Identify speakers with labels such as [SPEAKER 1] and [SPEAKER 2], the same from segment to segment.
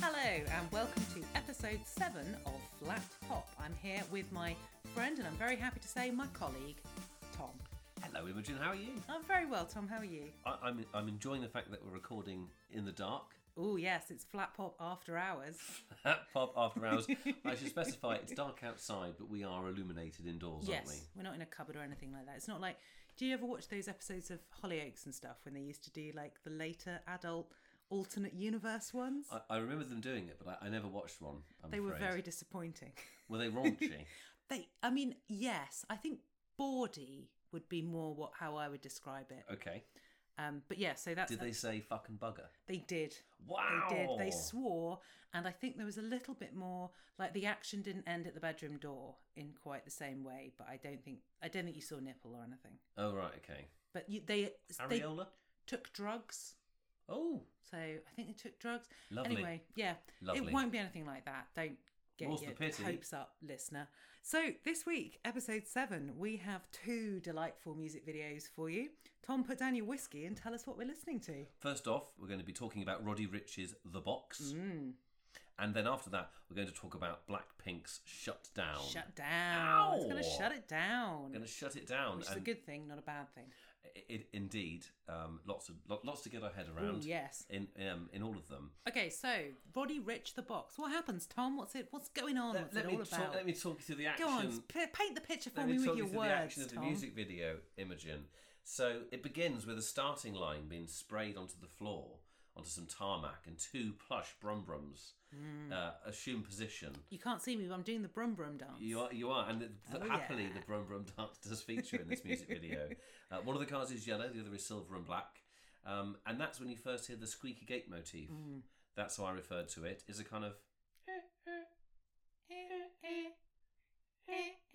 [SPEAKER 1] Hello, and welcome to episode seven of Flat Pop. I'm here with my friend, and I'm very happy to say my colleague, Tom.
[SPEAKER 2] Hello, Imogen. How are you?
[SPEAKER 1] I'm very well, Tom. How are you?
[SPEAKER 2] I, I'm I'm enjoying the fact that we're recording in the dark.
[SPEAKER 1] Oh, yes, it's Flat Pop after hours.
[SPEAKER 2] Pop after hours. I should specify it's dark outside, but we are illuminated indoors, aren't
[SPEAKER 1] yes, we're not in a cupboard or anything like that. It's not like, do you ever watch those episodes of Hollyoaks and stuff when they used to do like the later adult alternate universe ones?
[SPEAKER 2] we? I, I remember them doing it, but I, I never watched one. I'm
[SPEAKER 1] they were
[SPEAKER 2] afraid.
[SPEAKER 1] very disappointing.
[SPEAKER 2] Were they raunchy?
[SPEAKER 1] They, I mean, yes, I think bawdy would be more what how I would describe it.
[SPEAKER 2] okay.
[SPEAKER 1] Um, but yeah, so that's
[SPEAKER 2] Did they say fucking bugger?
[SPEAKER 1] They did.
[SPEAKER 2] Wow.
[SPEAKER 1] They did. They swore, and I think there was a little bit more. Like the action didn't end at the bedroom door in quite the same way, but I don't think I don't think you saw nipple or anything.
[SPEAKER 2] Oh right. Okay.
[SPEAKER 1] But you, they they
[SPEAKER 2] Areola.
[SPEAKER 1] took drugs,
[SPEAKER 2] Oh,
[SPEAKER 1] so I think they took drugs.
[SPEAKER 2] Lovely.
[SPEAKER 1] Anyway, yeah,
[SPEAKER 2] Lovely.
[SPEAKER 1] it won't be anything like that. Don't get
[SPEAKER 2] More's the
[SPEAKER 1] your
[SPEAKER 2] pity.
[SPEAKER 1] hopes up, listener. So this week, episode seven, we have two delightful music videos for you. Tom, put down your whiskey and tell us what we're listening to.
[SPEAKER 2] First off, we're going to be talking about Roddy Rich's The Box.
[SPEAKER 1] Mm.
[SPEAKER 2] And then after that, we're going to talk about Blackpink's Shut Down.
[SPEAKER 1] Shut down. It's going to
[SPEAKER 2] Ow.
[SPEAKER 1] shut it down.
[SPEAKER 2] going to shut it down.
[SPEAKER 1] Which is a good thing, not a bad thing.
[SPEAKER 2] I- I indeed, um, lots of lo- lots to get our head around.
[SPEAKER 1] Mm, yes.
[SPEAKER 2] in um, in all of them.
[SPEAKER 1] Okay, so Roddy Rich the box. What happens, Tom? What's it? What's going on? What's it
[SPEAKER 2] me
[SPEAKER 1] all
[SPEAKER 2] talk,
[SPEAKER 1] about?
[SPEAKER 2] let me talk you through the action.
[SPEAKER 1] Go on, p- paint the picture for
[SPEAKER 2] Let
[SPEAKER 1] me,
[SPEAKER 2] me talk
[SPEAKER 1] with
[SPEAKER 2] you
[SPEAKER 1] your
[SPEAKER 2] through the action
[SPEAKER 1] words,
[SPEAKER 2] of the
[SPEAKER 1] Tom.
[SPEAKER 2] music video, Imogen. So it begins with a starting line being sprayed onto the floor, onto some tarmac, and two plush brum brums
[SPEAKER 1] Hmm.
[SPEAKER 2] uh, assume position.
[SPEAKER 1] You can't see me, but I'm doing the brum brum dance.
[SPEAKER 2] You are, you are, and th th-
[SPEAKER 1] Oh,
[SPEAKER 2] happily
[SPEAKER 1] yeah.
[SPEAKER 2] the Brum Brum dance does feature in this music video. Uh, one of the cars is yellow, the other is silver and black, um, and that's when you first hear the squeaky gate motif.
[SPEAKER 1] Mm.
[SPEAKER 2] That's how I referred to it. Is a kind of
[SPEAKER 1] Eh,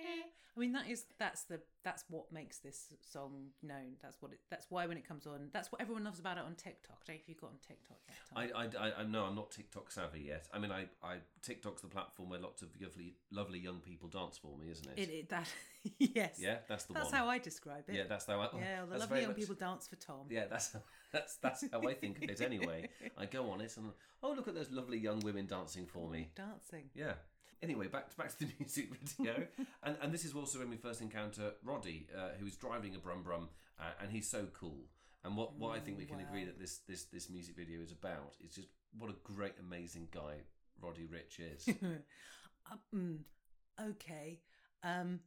[SPEAKER 1] I mean, that is that's the that's what makes this song known. That's what it, that's why when it comes on, that's what everyone loves about it on TikTok. I don't know if you got on TikTok yet, Tom.
[SPEAKER 2] I, I, I, I no, I'm not TikTok savvy yet. I mean, I, I TikTok's the platform where lots of lovely, lovely young people dance for me, isn't it?
[SPEAKER 1] it, it that yes,
[SPEAKER 2] Yeah, that's the
[SPEAKER 1] that's
[SPEAKER 2] one.
[SPEAKER 1] how I describe it.
[SPEAKER 2] yeah, that's how. I,
[SPEAKER 1] yeah, all the
[SPEAKER 2] that's
[SPEAKER 1] lovely
[SPEAKER 2] very
[SPEAKER 1] young
[SPEAKER 2] much-
[SPEAKER 1] people dance for Tom.
[SPEAKER 2] Yeah, that's that's that's how I think of it anyway. I go on it and oh, look at those lovely young women dancing for me.
[SPEAKER 1] Dancing.
[SPEAKER 2] Yeah. Anyway, back to, back to the music video, and and this is also when we first encounter Roddy, uh, who is driving a Brum Brum, uh, and he's so cool. And what, what I think we can agree that this this this music video is about is just what a great, amazing guy Roddy Rich is.
[SPEAKER 1] Uh, mm, okay um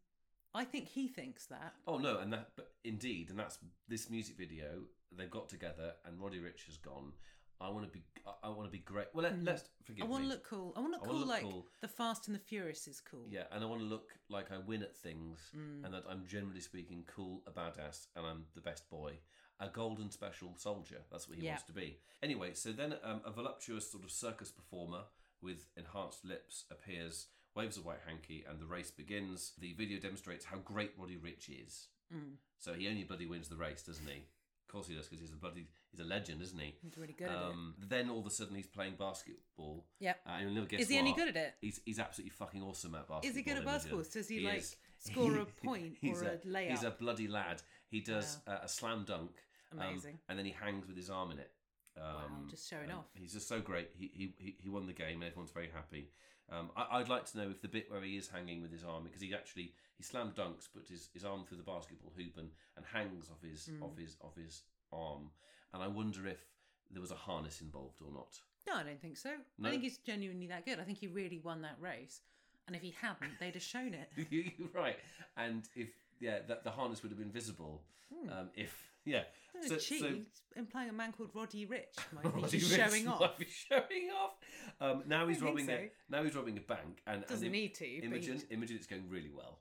[SPEAKER 1] i think he thinks that
[SPEAKER 2] oh no, and that but indeed, and that's this music video they've got together, and Roddy Rich has gone. I want to be I- I want to be great. Well, let, us forgive
[SPEAKER 1] i want
[SPEAKER 2] me.
[SPEAKER 1] to look cool i want to look
[SPEAKER 2] Mm. wanna
[SPEAKER 1] cool like
[SPEAKER 2] look cool.
[SPEAKER 1] the fast and the furious is cool
[SPEAKER 2] Yeah, and I want to look like I win at things
[SPEAKER 1] Mm.
[SPEAKER 2] and that I'm generally speaking cool, a badass, and I'm the best boy. A golden special soldier. That's what he
[SPEAKER 1] Yeah.
[SPEAKER 2] wants to be. Anyway, so then um, a voluptuous sort of circus performer with enhanced lips appears, waves a white hanky, and the race begins. The video demonstrates how great Roddy Rich is.
[SPEAKER 1] Mm.
[SPEAKER 2] So he only bloody wins the race, doesn't he? Of course he does, because he's a bloody he's a legend, isn't he?
[SPEAKER 1] he's really good at it
[SPEAKER 2] Um, then all of a sudden he's playing basketball.
[SPEAKER 1] Yep.
[SPEAKER 2] Uh, and you'll never guess
[SPEAKER 1] Is he any
[SPEAKER 2] what.
[SPEAKER 1] good at it?
[SPEAKER 2] He's he's absolutely fucking awesome at basketball.
[SPEAKER 1] Is he good at
[SPEAKER 2] Imogen.
[SPEAKER 1] basketball? So does he, like,
[SPEAKER 2] is.
[SPEAKER 1] score a point
[SPEAKER 2] He's
[SPEAKER 1] or a layup?
[SPEAKER 2] He's a bloody lad. He does uh, a slam dunk. um,
[SPEAKER 1] Amazing.
[SPEAKER 2] and then he hangs with his arm in it.
[SPEAKER 1] wow just showing
[SPEAKER 2] Um,
[SPEAKER 1] off
[SPEAKER 2] He's just so great. He he, he, he won the game, and everyone's very happy. Um, I, I'd like to know if the bit where he is hanging with his arm, because he actually he slam dunks, but his, his arm through the basketball hoop and, and hangs off his
[SPEAKER 1] Hmm.
[SPEAKER 2] off his off his arm, and I wonder if there was a harness involved or not.
[SPEAKER 1] no i don't think so i
[SPEAKER 2] No.
[SPEAKER 1] think he's genuinely that good i think he really won that race and if he hadn't they'd have shown it
[SPEAKER 2] You're right, and if yeah, that the harness would have been visible
[SPEAKER 1] Hmm.
[SPEAKER 2] um, if yeah.
[SPEAKER 1] Oh,
[SPEAKER 2] So, so
[SPEAKER 1] Cheat, implying a man called Roddy Rich might be
[SPEAKER 2] Roddy
[SPEAKER 1] just
[SPEAKER 2] Rich
[SPEAKER 1] showing
[SPEAKER 2] might
[SPEAKER 1] off.
[SPEAKER 2] be showing off. Um, now he's
[SPEAKER 1] don't
[SPEAKER 2] robbing
[SPEAKER 1] think
[SPEAKER 2] a now he's robbing a bank and and
[SPEAKER 1] Doesn't
[SPEAKER 2] Im-
[SPEAKER 1] need to, but
[SPEAKER 2] Imogen,
[SPEAKER 1] he-
[SPEAKER 2] Imogen, it's going really well.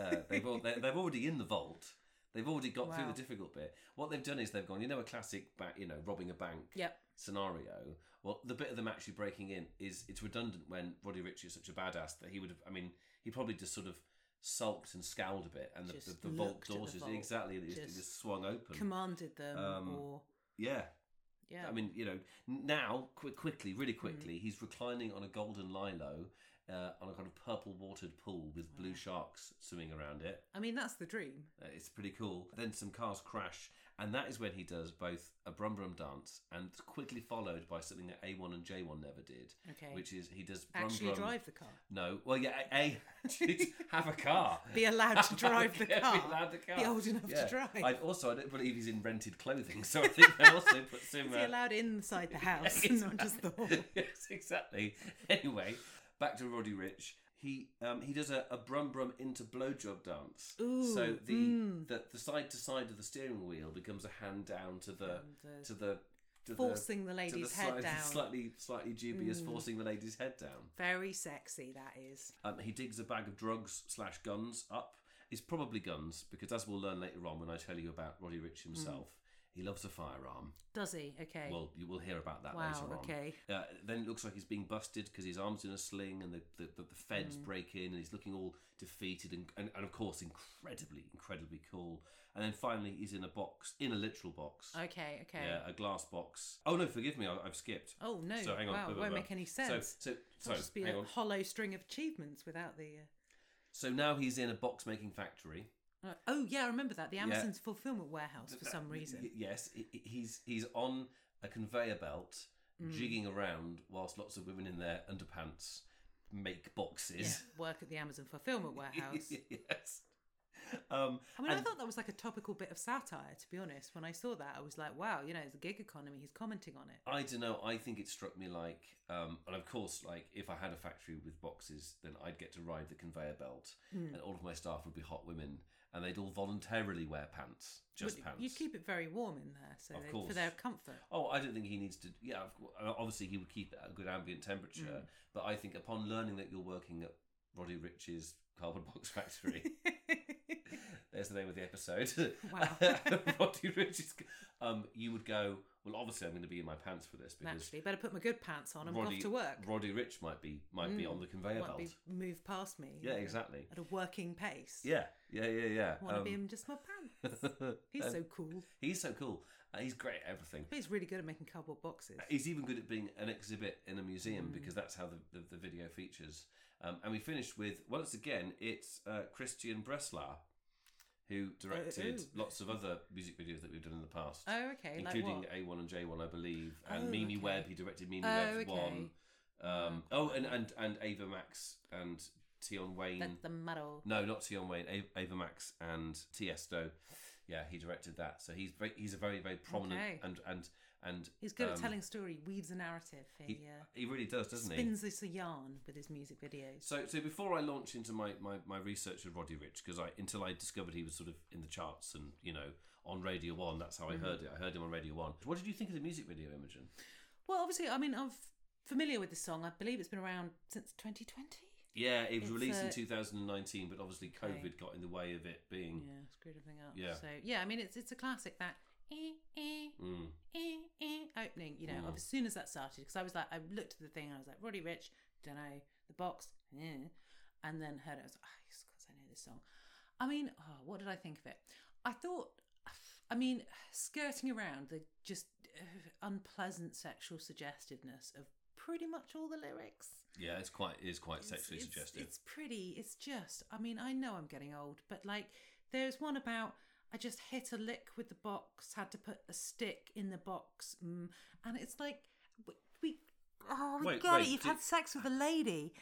[SPEAKER 2] Uh, they've all, they're, they've already in the vault. They've already got through
[SPEAKER 1] Wow.
[SPEAKER 2] the difficult bit. What they've done is they've gone. You know, a classic back. You know, robbing a bank.
[SPEAKER 1] Yep.
[SPEAKER 2] Scenario. Well, the bit of them actually breaking in is it's redundant when Roddy Rich is such a badass that he would have. I mean, he probably just sort of sulked and scowled a bit, and the, the,
[SPEAKER 1] Just
[SPEAKER 2] the vault
[SPEAKER 1] looked at the
[SPEAKER 2] doors just
[SPEAKER 1] vault.
[SPEAKER 2] exactly it just, it
[SPEAKER 1] Just
[SPEAKER 2] just swung open.
[SPEAKER 1] Commanded them, or
[SPEAKER 2] Yeah, Mm-hmm.
[SPEAKER 1] Yeah.
[SPEAKER 2] Um, I mean, you know, now qu- quickly, really quickly, he's reclining on a golden lilo uh, on a kind of purple watered pool with blue sharks swimming around it.
[SPEAKER 1] I mean, that's the dream.
[SPEAKER 2] Uh, It's pretty cool. Then some cars crash, and that is when he does both a Brum Brum dance and quickly followed by something that A1 and J1 never did,
[SPEAKER 1] Okay.
[SPEAKER 2] which is he does Brum
[SPEAKER 1] Actually,
[SPEAKER 2] Brum.
[SPEAKER 1] drive the car.
[SPEAKER 2] No, well, yeah, A, A actually have a car.
[SPEAKER 1] Be allowed to
[SPEAKER 2] Have a-
[SPEAKER 1] drive the
[SPEAKER 2] yeah,
[SPEAKER 1] car.
[SPEAKER 2] Be allowed the car.
[SPEAKER 1] Be old enough to
[SPEAKER 2] Yeah.
[SPEAKER 1] drive.
[SPEAKER 2] I, also, I don't believe he's in rented clothing, so I think that also puts him.
[SPEAKER 1] Is he
[SPEAKER 2] uh,
[SPEAKER 1] allowed inside the house,
[SPEAKER 2] Yes,
[SPEAKER 1] not just the hall?
[SPEAKER 2] yes, exactly. Anyway, back to Roddy Rich. He um, he does a, a brum brum into blowjob dance.
[SPEAKER 1] Ooh,
[SPEAKER 2] so the,
[SPEAKER 1] mm.
[SPEAKER 2] the the side to side of the steering wheel becomes a hand down to the
[SPEAKER 1] And the-
[SPEAKER 2] to the to
[SPEAKER 1] Forcing the
[SPEAKER 2] the, to the
[SPEAKER 1] lady's
[SPEAKER 2] side,
[SPEAKER 1] head down. Mm.
[SPEAKER 2] slightly slightly dubious forcing the lady's head down.
[SPEAKER 1] Very sexy, that is.
[SPEAKER 2] Um, he digs a bag of drugs slash guns up. It's probably guns because as we'll learn later on when I tell you about Roddy Rich
[SPEAKER 1] Mm.
[SPEAKER 2] himself, he loves a firearm.
[SPEAKER 1] Does he? Okay.
[SPEAKER 2] Well, you will hear about that
[SPEAKER 1] Wow,
[SPEAKER 2] later on.
[SPEAKER 1] okay.
[SPEAKER 2] Uh, then it looks like he's being busted because his arm's in a sling and the, the, the, the feds
[SPEAKER 1] Mm.
[SPEAKER 2] break in and he's looking all defeated and, and, and, of course, incredibly, incredibly cool. And then finally, he's in a box, in a literal box.
[SPEAKER 1] okay, okay.
[SPEAKER 2] Yeah, a glass box. Oh, no, forgive me, I, I've skipped.
[SPEAKER 1] Oh, no.
[SPEAKER 2] So hang on.
[SPEAKER 1] wow,
[SPEAKER 2] blah,
[SPEAKER 1] it
[SPEAKER 2] blah,
[SPEAKER 1] won't
[SPEAKER 2] blah.
[SPEAKER 1] make any
[SPEAKER 2] So-
[SPEAKER 1] sense.
[SPEAKER 2] So,
[SPEAKER 1] So,
[SPEAKER 2] so,
[SPEAKER 1] just be
[SPEAKER 2] hang
[SPEAKER 1] a
[SPEAKER 2] on.
[SPEAKER 1] hollow string of achievements without the.
[SPEAKER 2] So now he's in a box making factory.
[SPEAKER 1] Uh, uh, oh, yeah, I remember that. The
[SPEAKER 2] Yeah.
[SPEAKER 1] Amazon's fulfillment warehouse for
[SPEAKER 2] That-
[SPEAKER 1] some reason.
[SPEAKER 2] Uh, y- yes, he- he- he's he's on a conveyor belt,
[SPEAKER 1] Mm.
[SPEAKER 2] jigging around whilst lots of women in their underpants make
[SPEAKER 1] Yeah,
[SPEAKER 2] boxes.
[SPEAKER 1] work at the Amazon fulfillment warehouse.
[SPEAKER 2] yes. Um,
[SPEAKER 1] I mean, I
[SPEAKER 2] And-
[SPEAKER 1] thought that was like a topical bit of satire, to be honest. When I saw that, I was like, wow, you know, it's a gig economy. He's commenting on it.
[SPEAKER 2] I don't know. I think it struck me like, um, and of course, like if I had a factory with boxes, then I'd get to ride the conveyor belt,
[SPEAKER 1] Hmm.
[SPEAKER 2] and all of my staff would be hot women, and they'd all voluntarily wear pants, just
[SPEAKER 1] But
[SPEAKER 2] pants.
[SPEAKER 1] You keep it very warm in there, so
[SPEAKER 2] Of
[SPEAKER 1] they, for
[SPEAKER 2] course.
[SPEAKER 1] their comfort.
[SPEAKER 2] Oh, I don't think he needs to. Yeah, of cour- uh, obviously he would keep it at a good ambient temperature.
[SPEAKER 1] Mm.
[SPEAKER 2] But I think upon learning that you're working at Roddy Rich's cardboard box factory, there's the name of the episode.
[SPEAKER 1] Wow.
[SPEAKER 2] Roddy Rich's. c- Um, you would go. Well, obviously I'm going to be in my pants for this because
[SPEAKER 1] Naturally, better put my good pants on. I'm
[SPEAKER 2] Roddy,
[SPEAKER 1] off to work.
[SPEAKER 2] Roddy Rich might be might be on the conveyor
[SPEAKER 1] Won't
[SPEAKER 2] belt.
[SPEAKER 1] be moved past me.
[SPEAKER 2] Yeah, exactly.
[SPEAKER 1] At a working pace.
[SPEAKER 2] Yeah, yeah, yeah, yeah.
[SPEAKER 1] Want to
[SPEAKER 2] Um, uh,
[SPEAKER 1] be in just my pants. He's so cool.
[SPEAKER 2] he's so cool. Uh, he's great at everything.
[SPEAKER 1] But he's really good at making cardboard boxes.
[SPEAKER 2] He's even good at being an exhibit in a museum because that's how the, the, the video features. Um, and we finished with, once again, it's uh, Christian Breslau, who directed
[SPEAKER 1] oh.
[SPEAKER 2] lots of other music videos that we've done in the past,
[SPEAKER 1] Oh, okay. Like
[SPEAKER 2] including
[SPEAKER 1] what?
[SPEAKER 2] A1 and J1, I believe, and
[SPEAKER 1] Oh,
[SPEAKER 2] Mimi
[SPEAKER 1] okay.
[SPEAKER 2] Webb. He directed Mimi
[SPEAKER 1] Oh,
[SPEAKER 2] Webb's
[SPEAKER 1] okay.
[SPEAKER 2] one. Um, oh, and, and, and Ava Max and Tion Wayne.
[SPEAKER 1] That's the model.
[SPEAKER 2] No, not Tion Wayne. A- Ava Max and Tiesto. Yeah, he directed that. So he's very, he's a very very prominent
[SPEAKER 1] Okay.
[SPEAKER 2] and and and
[SPEAKER 1] He's good
[SPEAKER 2] um,
[SPEAKER 1] at telling story, weaves a narrative. He,
[SPEAKER 2] He,
[SPEAKER 1] uh,
[SPEAKER 2] he really does, doesn't he?
[SPEAKER 1] spins this a yarn with his music videos.
[SPEAKER 2] So so before I launch into my my, my research of Roddy Rich because I until I discovered he was sort of in the charts and you know on Radio One. That's how I
[SPEAKER 1] Mm-hmm.
[SPEAKER 2] heard it. I heard him on Radio One. What did you think of the music video, Imogen?
[SPEAKER 1] Well, obviously, I mean, I'm familiar with this song. I believe it's been around since 2020.
[SPEAKER 2] Yeah, it
[SPEAKER 1] It's
[SPEAKER 2] was released in
[SPEAKER 1] a-
[SPEAKER 2] 2019, but obviously COVID got in the way of it
[SPEAKER 1] Yeah,
[SPEAKER 2] being.
[SPEAKER 1] screwed everything up.
[SPEAKER 2] Yeah.
[SPEAKER 1] So yeah, I mean, it's it's a classic that. eh, eh,
[SPEAKER 2] Mm.
[SPEAKER 1] eh, eh opening, you know, of as soon as that started, because I was like, I looked at the thing, and I was like, Roddy Rich, don't know, the box, eh, and then heard it. I was like, oh, yes, of course I know this song. I mean, oh, what did I think of it? I thought, I mean, skirting around the just uh, unpleasant sexual suggestiveness of pretty much all the lyrics.
[SPEAKER 2] Yeah, it's quite it is quite sexually
[SPEAKER 1] it's,
[SPEAKER 2] suggestive.
[SPEAKER 1] It's pretty. It's just. I mean, I know I'm getting old, but like, there's one about I just hit a lick with the box, had to put a stick in the box, mm, and it's like we. we oh, we
[SPEAKER 2] Wait,
[SPEAKER 1] get
[SPEAKER 2] wait,
[SPEAKER 1] it. You've
[SPEAKER 2] did-
[SPEAKER 1] had sex with a lady.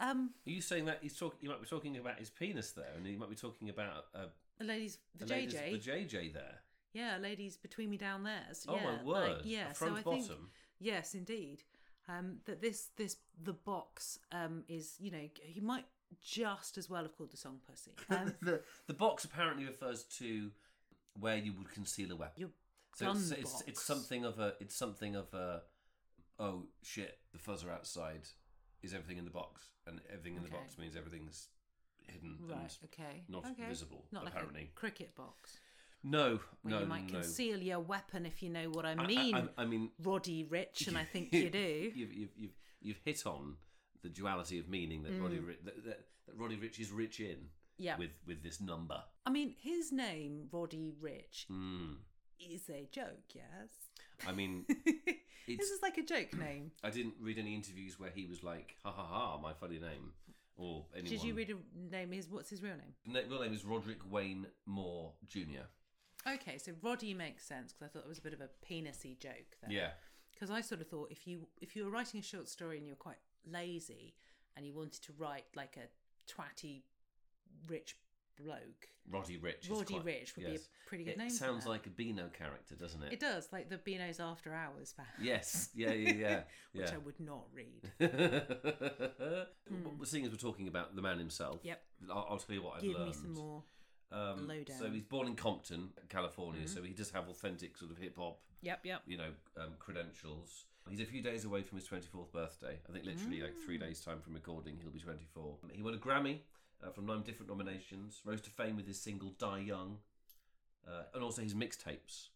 [SPEAKER 1] Um,
[SPEAKER 2] Are you saying that he's talking? You might be talking about his penis there, and he might be talking about uh,
[SPEAKER 1] a lady's
[SPEAKER 2] the
[SPEAKER 1] vajayjay.
[SPEAKER 2] lady's vajayjay there.
[SPEAKER 1] Yeah, a lady's between me down there's.
[SPEAKER 2] Oh
[SPEAKER 1] yeah,
[SPEAKER 2] my word!
[SPEAKER 1] Like, yeah,
[SPEAKER 2] a front
[SPEAKER 1] so I
[SPEAKER 2] bottom.
[SPEAKER 1] think Yes, indeed. Um, that this this the box um, is you know he might just as well have called the song pussy. Um,
[SPEAKER 2] the, the box apparently refers to where you would conceal a weapon.
[SPEAKER 1] your
[SPEAKER 2] So it's,
[SPEAKER 1] gun
[SPEAKER 2] it's,
[SPEAKER 1] box.
[SPEAKER 2] it's something of a it's something of a oh shit the fuzz are outside is everything in the box and everything in the
[SPEAKER 1] Okay.
[SPEAKER 2] box means everything's hidden and
[SPEAKER 1] right. Okay,
[SPEAKER 2] not
[SPEAKER 1] okay.
[SPEAKER 2] visible
[SPEAKER 1] Not like
[SPEAKER 2] apparently.
[SPEAKER 1] a cricket box
[SPEAKER 2] no
[SPEAKER 1] where
[SPEAKER 2] no
[SPEAKER 1] you might
[SPEAKER 2] no.
[SPEAKER 1] conceal your weapon if you know what I
[SPEAKER 2] I- I-
[SPEAKER 1] mean.
[SPEAKER 2] I, I mean
[SPEAKER 1] Roddy Rich, and I think you do.
[SPEAKER 2] You've, you've, you've, you've hit on the duality of meaning that Roddy Ri- that, that, that Roddy Rich is rich in
[SPEAKER 1] Mm. Yeah,
[SPEAKER 2] with with this number.
[SPEAKER 1] I mean his name Roddy Rich
[SPEAKER 2] Mm.
[SPEAKER 1] is a joke. Yes.
[SPEAKER 2] I mean,
[SPEAKER 1] this
[SPEAKER 2] it's
[SPEAKER 1] is like a joke name.
[SPEAKER 2] I didn't read any interviews where he was like, "Ha ha ha, my funny name," or anyone.
[SPEAKER 1] Did you read a name? His what's his real name?
[SPEAKER 2] Na- real name is Roderick Wayne Moore Jr.
[SPEAKER 1] Okay, so Roddy makes sense because I thought it was a bit of a penisy joke. There.
[SPEAKER 2] Yeah,
[SPEAKER 1] Because I sort of thought if you if you were writing a short story and you were quite lazy and you wanted to write like a twatty rich bloke,
[SPEAKER 2] Roddy Rich. is
[SPEAKER 1] Roddy
[SPEAKER 2] quite-
[SPEAKER 1] Rich would be a
[SPEAKER 2] yes.
[SPEAKER 1] pretty good
[SPEAKER 2] it
[SPEAKER 1] name. for
[SPEAKER 2] sounds
[SPEAKER 1] that.
[SPEAKER 2] like a Beano character, doesn't it?
[SPEAKER 1] it does, like the Beano's After Hours fan,
[SPEAKER 2] Yes. Yeah. Yeah. Yeah.
[SPEAKER 1] which
[SPEAKER 2] yeah.
[SPEAKER 1] I would not read.
[SPEAKER 2] Well, Seeing as we're talking about the man himself,
[SPEAKER 1] Yep.
[SPEAKER 2] I'll, I'll tell you what I've
[SPEAKER 1] Give
[SPEAKER 2] learned.
[SPEAKER 1] me some more.
[SPEAKER 2] um,
[SPEAKER 1] lowdown.
[SPEAKER 2] So he's born in Compton, California.
[SPEAKER 1] Mm-hmm.
[SPEAKER 2] So he does have authentic sort of hip hop,
[SPEAKER 1] Yep, yep.
[SPEAKER 2] you know, um, credentials. He's a few days away from his 24th birthday. I think literally like three days time from recording, he'll be 24. He won a Grammy uh, from nine different nominations. Rose to fame with his single "Die Young," uh, and also his mixtapes,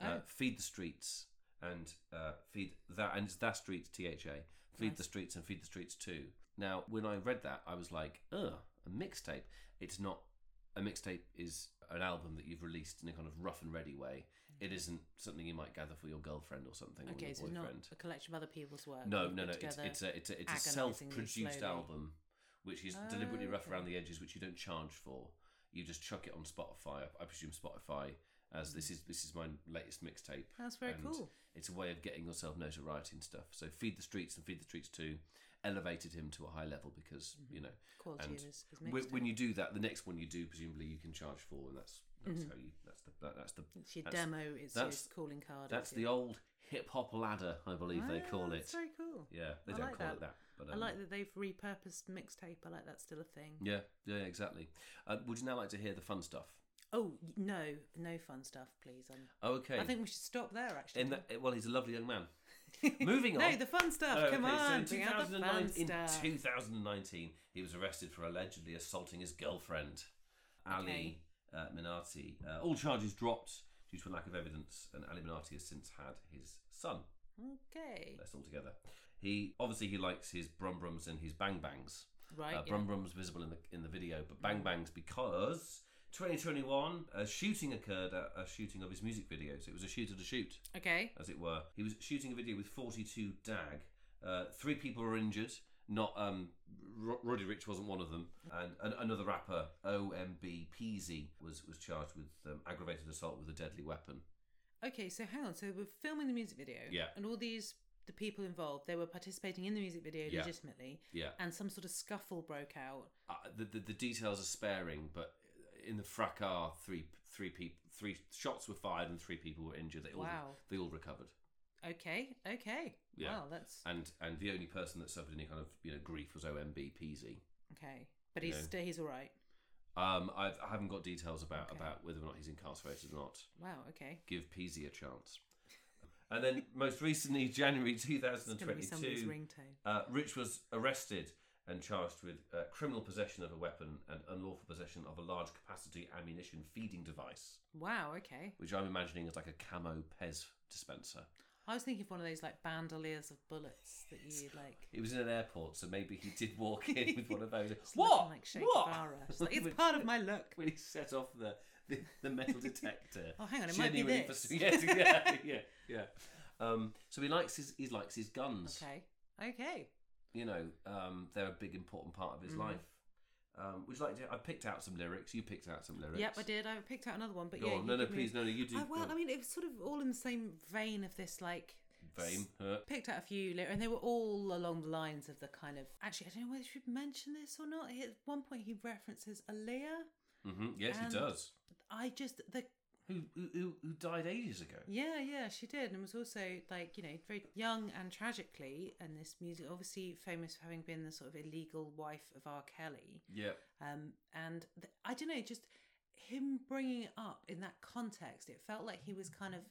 [SPEAKER 2] uh,
[SPEAKER 1] Oh.
[SPEAKER 2] "Feed the Streets" and uh, "Feed That" and it's "That Streets" THA. Feed the Streets and "Feed the Streets" too. Now, when I read that, I was like, "Ugh, a mixtape." It's not a mixtape is an album that you've released in a kind of rough and ready way. It isn't something you might gather for your girlfriend or something or
[SPEAKER 1] Okay,
[SPEAKER 2] your
[SPEAKER 1] so it's not
[SPEAKER 2] boyfriend.
[SPEAKER 1] a collection of other people's work.
[SPEAKER 2] No,
[SPEAKER 1] you've
[SPEAKER 2] no,
[SPEAKER 1] put
[SPEAKER 2] no. It's,
[SPEAKER 1] together.
[SPEAKER 2] it's a it's a, it's a
[SPEAKER 1] agonisingly
[SPEAKER 2] self-produced
[SPEAKER 1] slowly.
[SPEAKER 2] album, which is deliberately rough
[SPEAKER 1] Okay.
[SPEAKER 2] around the edges, which you don't charge for. You just chuck it on Spotify. I- I presume Spotify as
[SPEAKER 1] Mm.
[SPEAKER 2] this is this is my latest mixtape.
[SPEAKER 1] That's very
[SPEAKER 2] and
[SPEAKER 1] cool.
[SPEAKER 2] It's a way of getting yourself notoriety and stuff. So feed the streets and feed the streets too. Elevated him to a high level because
[SPEAKER 1] Mm-hmm.
[SPEAKER 2] you know
[SPEAKER 1] Quality
[SPEAKER 2] and
[SPEAKER 1] of his, his
[SPEAKER 2] when,
[SPEAKER 1] mixtape.
[SPEAKER 2] when you do that, the next one you do presumably you can charge for, and that's that's
[SPEAKER 1] Mm-hmm.
[SPEAKER 2] how you that's the that, that's the
[SPEAKER 1] It's your
[SPEAKER 2] that's-
[SPEAKER 1] demo. It's
[SPEAKER 2] that's-
[SPEAKER 1] your calling card.
[SPEAKER 2] that's
[SPEAKER 1] it's
[SPEAKER 2] the old hip hop ladder, I believe they
[SPEAKER 1] Ah,
[SPEAKER 2] call it.
[SPEAKER 1] That's very cool.
[SPEAKER 2] Yeah, they
[SPEAKER 1] I
[SPEAKER 2] don't
[SPEAKER 1] like
[SPEAKER 2] call
[SPEAKER 1] that.
[SPEAKER 2] it that, but
[SPEAKER 1] I
[SPEAKER 2] um,
[SPEAKER 1] like that they've repurposed mixtape. I like that's still a thing.
[SPEAKER 2] Yeah, yeah, exactly. Uh, would you now like to hear the fun stuff?
[SPEAKER 1] Oh y- no, no fun stuff, please. Um,
[SPEAKER 2] Okay.
[SPEAKER 1] I think we should stop there. Actually,
[SPEAKER 2] in that, well, he's a lovely young man. Moving on.
[SPEAKER 1] no, the fun stuff.
[SPEAKER 2] Okay,
[SPEAKER 1] Oh, come on,
[SPEAKER 2] So
[SPEAKER 1] bring
[SPEAKER 2] in
[SPEAKER 1] out the
[SPEAKER 2] 2009
[SPEAKER 1] fun
[SPEAKER 2] in
[SPEAKER 1] stuff.
[SPEAKER 2] 2019, he was arrested for allegedly assaulting his girlfriend, Ali uh, Minardi. Uh, all charges dropped due to a lack of evidence, and Ali Minardi has since had his son.
[SPEAKER 1] Okay,
[SPEAKER 2] That's all together. He obviously he likes his brum brums and his bang bangs.
[SPEAKER 1] right.
[SPEAKER 2] Uh,
[SPEAKER 1] yeah.
[SPEAKER 2] Brum Brum's visible in the in the video, but Bang Bang's because 2021 a shooting occurred at a shooting of his music videos. It was a shooter to shoot,
[SPEAKER 1] Okay,
[SPEAKER 2] as it were. He was shooting a video with 42 DAG. Uh, three people were injured. Not um, Ro- Roddy Rich wasn't one of them, and an- another rapper OMB Peasy was was charged with um, aggravated assault with a deadly weapon.
[SPEAKER 1] okay. So hang on. So we're filming the music video.
[SPEAKER 2] Yeah.
[SPEAKER 1] And all these the people involved, they were participating in the music video
[SPEAKER 2] Yeah.
[SPEAKER 1] legitimately,
[SPEAKER 2] Yeah,
[SPEAKER 1] and some sort of scuffle broke out.
[SPEAKER 2] uh, the, the the details are sparing, but in the fracas, three three people, three shots were fired and three people were injured. They all
[SPEAKER 1] Wow.
[SPEAKER 2] they all recovered,
[SPEAKER 1] Okay, okay.
[SPEAKER 2] Yeah.
[SPEAKER 1] Wow, that's
[SPEAKER 2] and and the only person that suffered any kind of you know grief was OMB Peasy.
[SPEAKER 1] okay. But he's
[SPEAKER 2] Yeah.
[SPEAKER 1] st- he's all right.
[SPEAKER 2] Um, I've, I haven't got details about
[SPEAKER 1] Okay.
[SPEAKER 2] about whether or not he's incarcerated or not.
[SPEAKER 1] Wow. Okay.
[SPEAKER 2] Give Peasy a chance. And then most recently, January two
[SPEAKER 1] It's
[SPEAKER 2] thousand
[SPEAKER 1] going to be somebody's
[SPEAKER 2] twenty-two,
[SPEAKER 1] ringtone.
[SPEAKER 2] uh, Rich was arrested and charged with uh, criminal possession of a weapon and unlawful possession of a large capacity ammunition feeding device.
[SPEAKER 1] Wow. Okay.
[SPEAKER 2] which I'm imagining is like a camo Pez dispenser.
[SPEAKER 1] I was thinking of one of those like bandoliers of bullets that you like.
[SPEAKER 2] It was in an airport, so maybe he did walk in with one of those.
[SPEAKER 1] it's looking
[SPEAKER 2] what?
[SPEAKER 1] Like Che
[SPEAKER 2] what?
[SPEAKER 1] Guevara. It's, like,
[SPEAKER 2] When-
[SPEAKER 1] it's part of my look.
[SPEAKER 2] when he set off the the, the metal detector.
[SPEAKER 1] Oh, hang on, it might be
[SPEAKER 2] genuinely
[SPEAKER 1] this.
[SPEAKER 2] for- yes, yeah, yeah, yeah. Um, so he likes his he likes his guns.
[SPEAKER 1] Okay. Okay.
[SPEAKER 2] You know, um, they're a big important part
[SPEAKER 1] Mm.
[SPEAKER 2] of his life. Um, would you like to? I picked out some lyrics. You picked out some lyrics.
[SPEAKER 1] Yep, I did. I picked out another one, but
[SPEAKER 2] Go
[SPEAKER 1] yeah.
[SPEAKER 2] on.
[SPEAKER 1] you
[SPEAKER 2] No, no,
[SPEAKER 1] give me-
[SPEAKER 2] please, no, no. You do. uh,
[SPEAKER 1] Oh, well,
[SPEAKER 2] go.
[SPEAKER 1] I mean, it was sort of all in the same vein of this, like.
[SPEAKER 2] Fame. Huh.
[SPEAKER 1] Picked out a few later, and they were all along the lines of the kind of. Actually, I don't know whether I should mention this or not. He- At one point, he references Aaliyah.
[SPEAKER 2] hmm Yes,
[SPEAKER 1] And-
[SPEAKER 2] he does.
[SPEAKER 1] I just the
[SPEAKER 2] Who, who- who who died ages ago?
[SPEAKER 1] Yeah, yeah, she did, and was also like you know very young and tragically, and this music obviously famous for having been the sort of illegal wife of R. Kelly.
[SPEAKER 2] Yeah.
[SPEAKER 1] Um, and th- I don't know, just him bringing it up in that context, it felt like he was kind of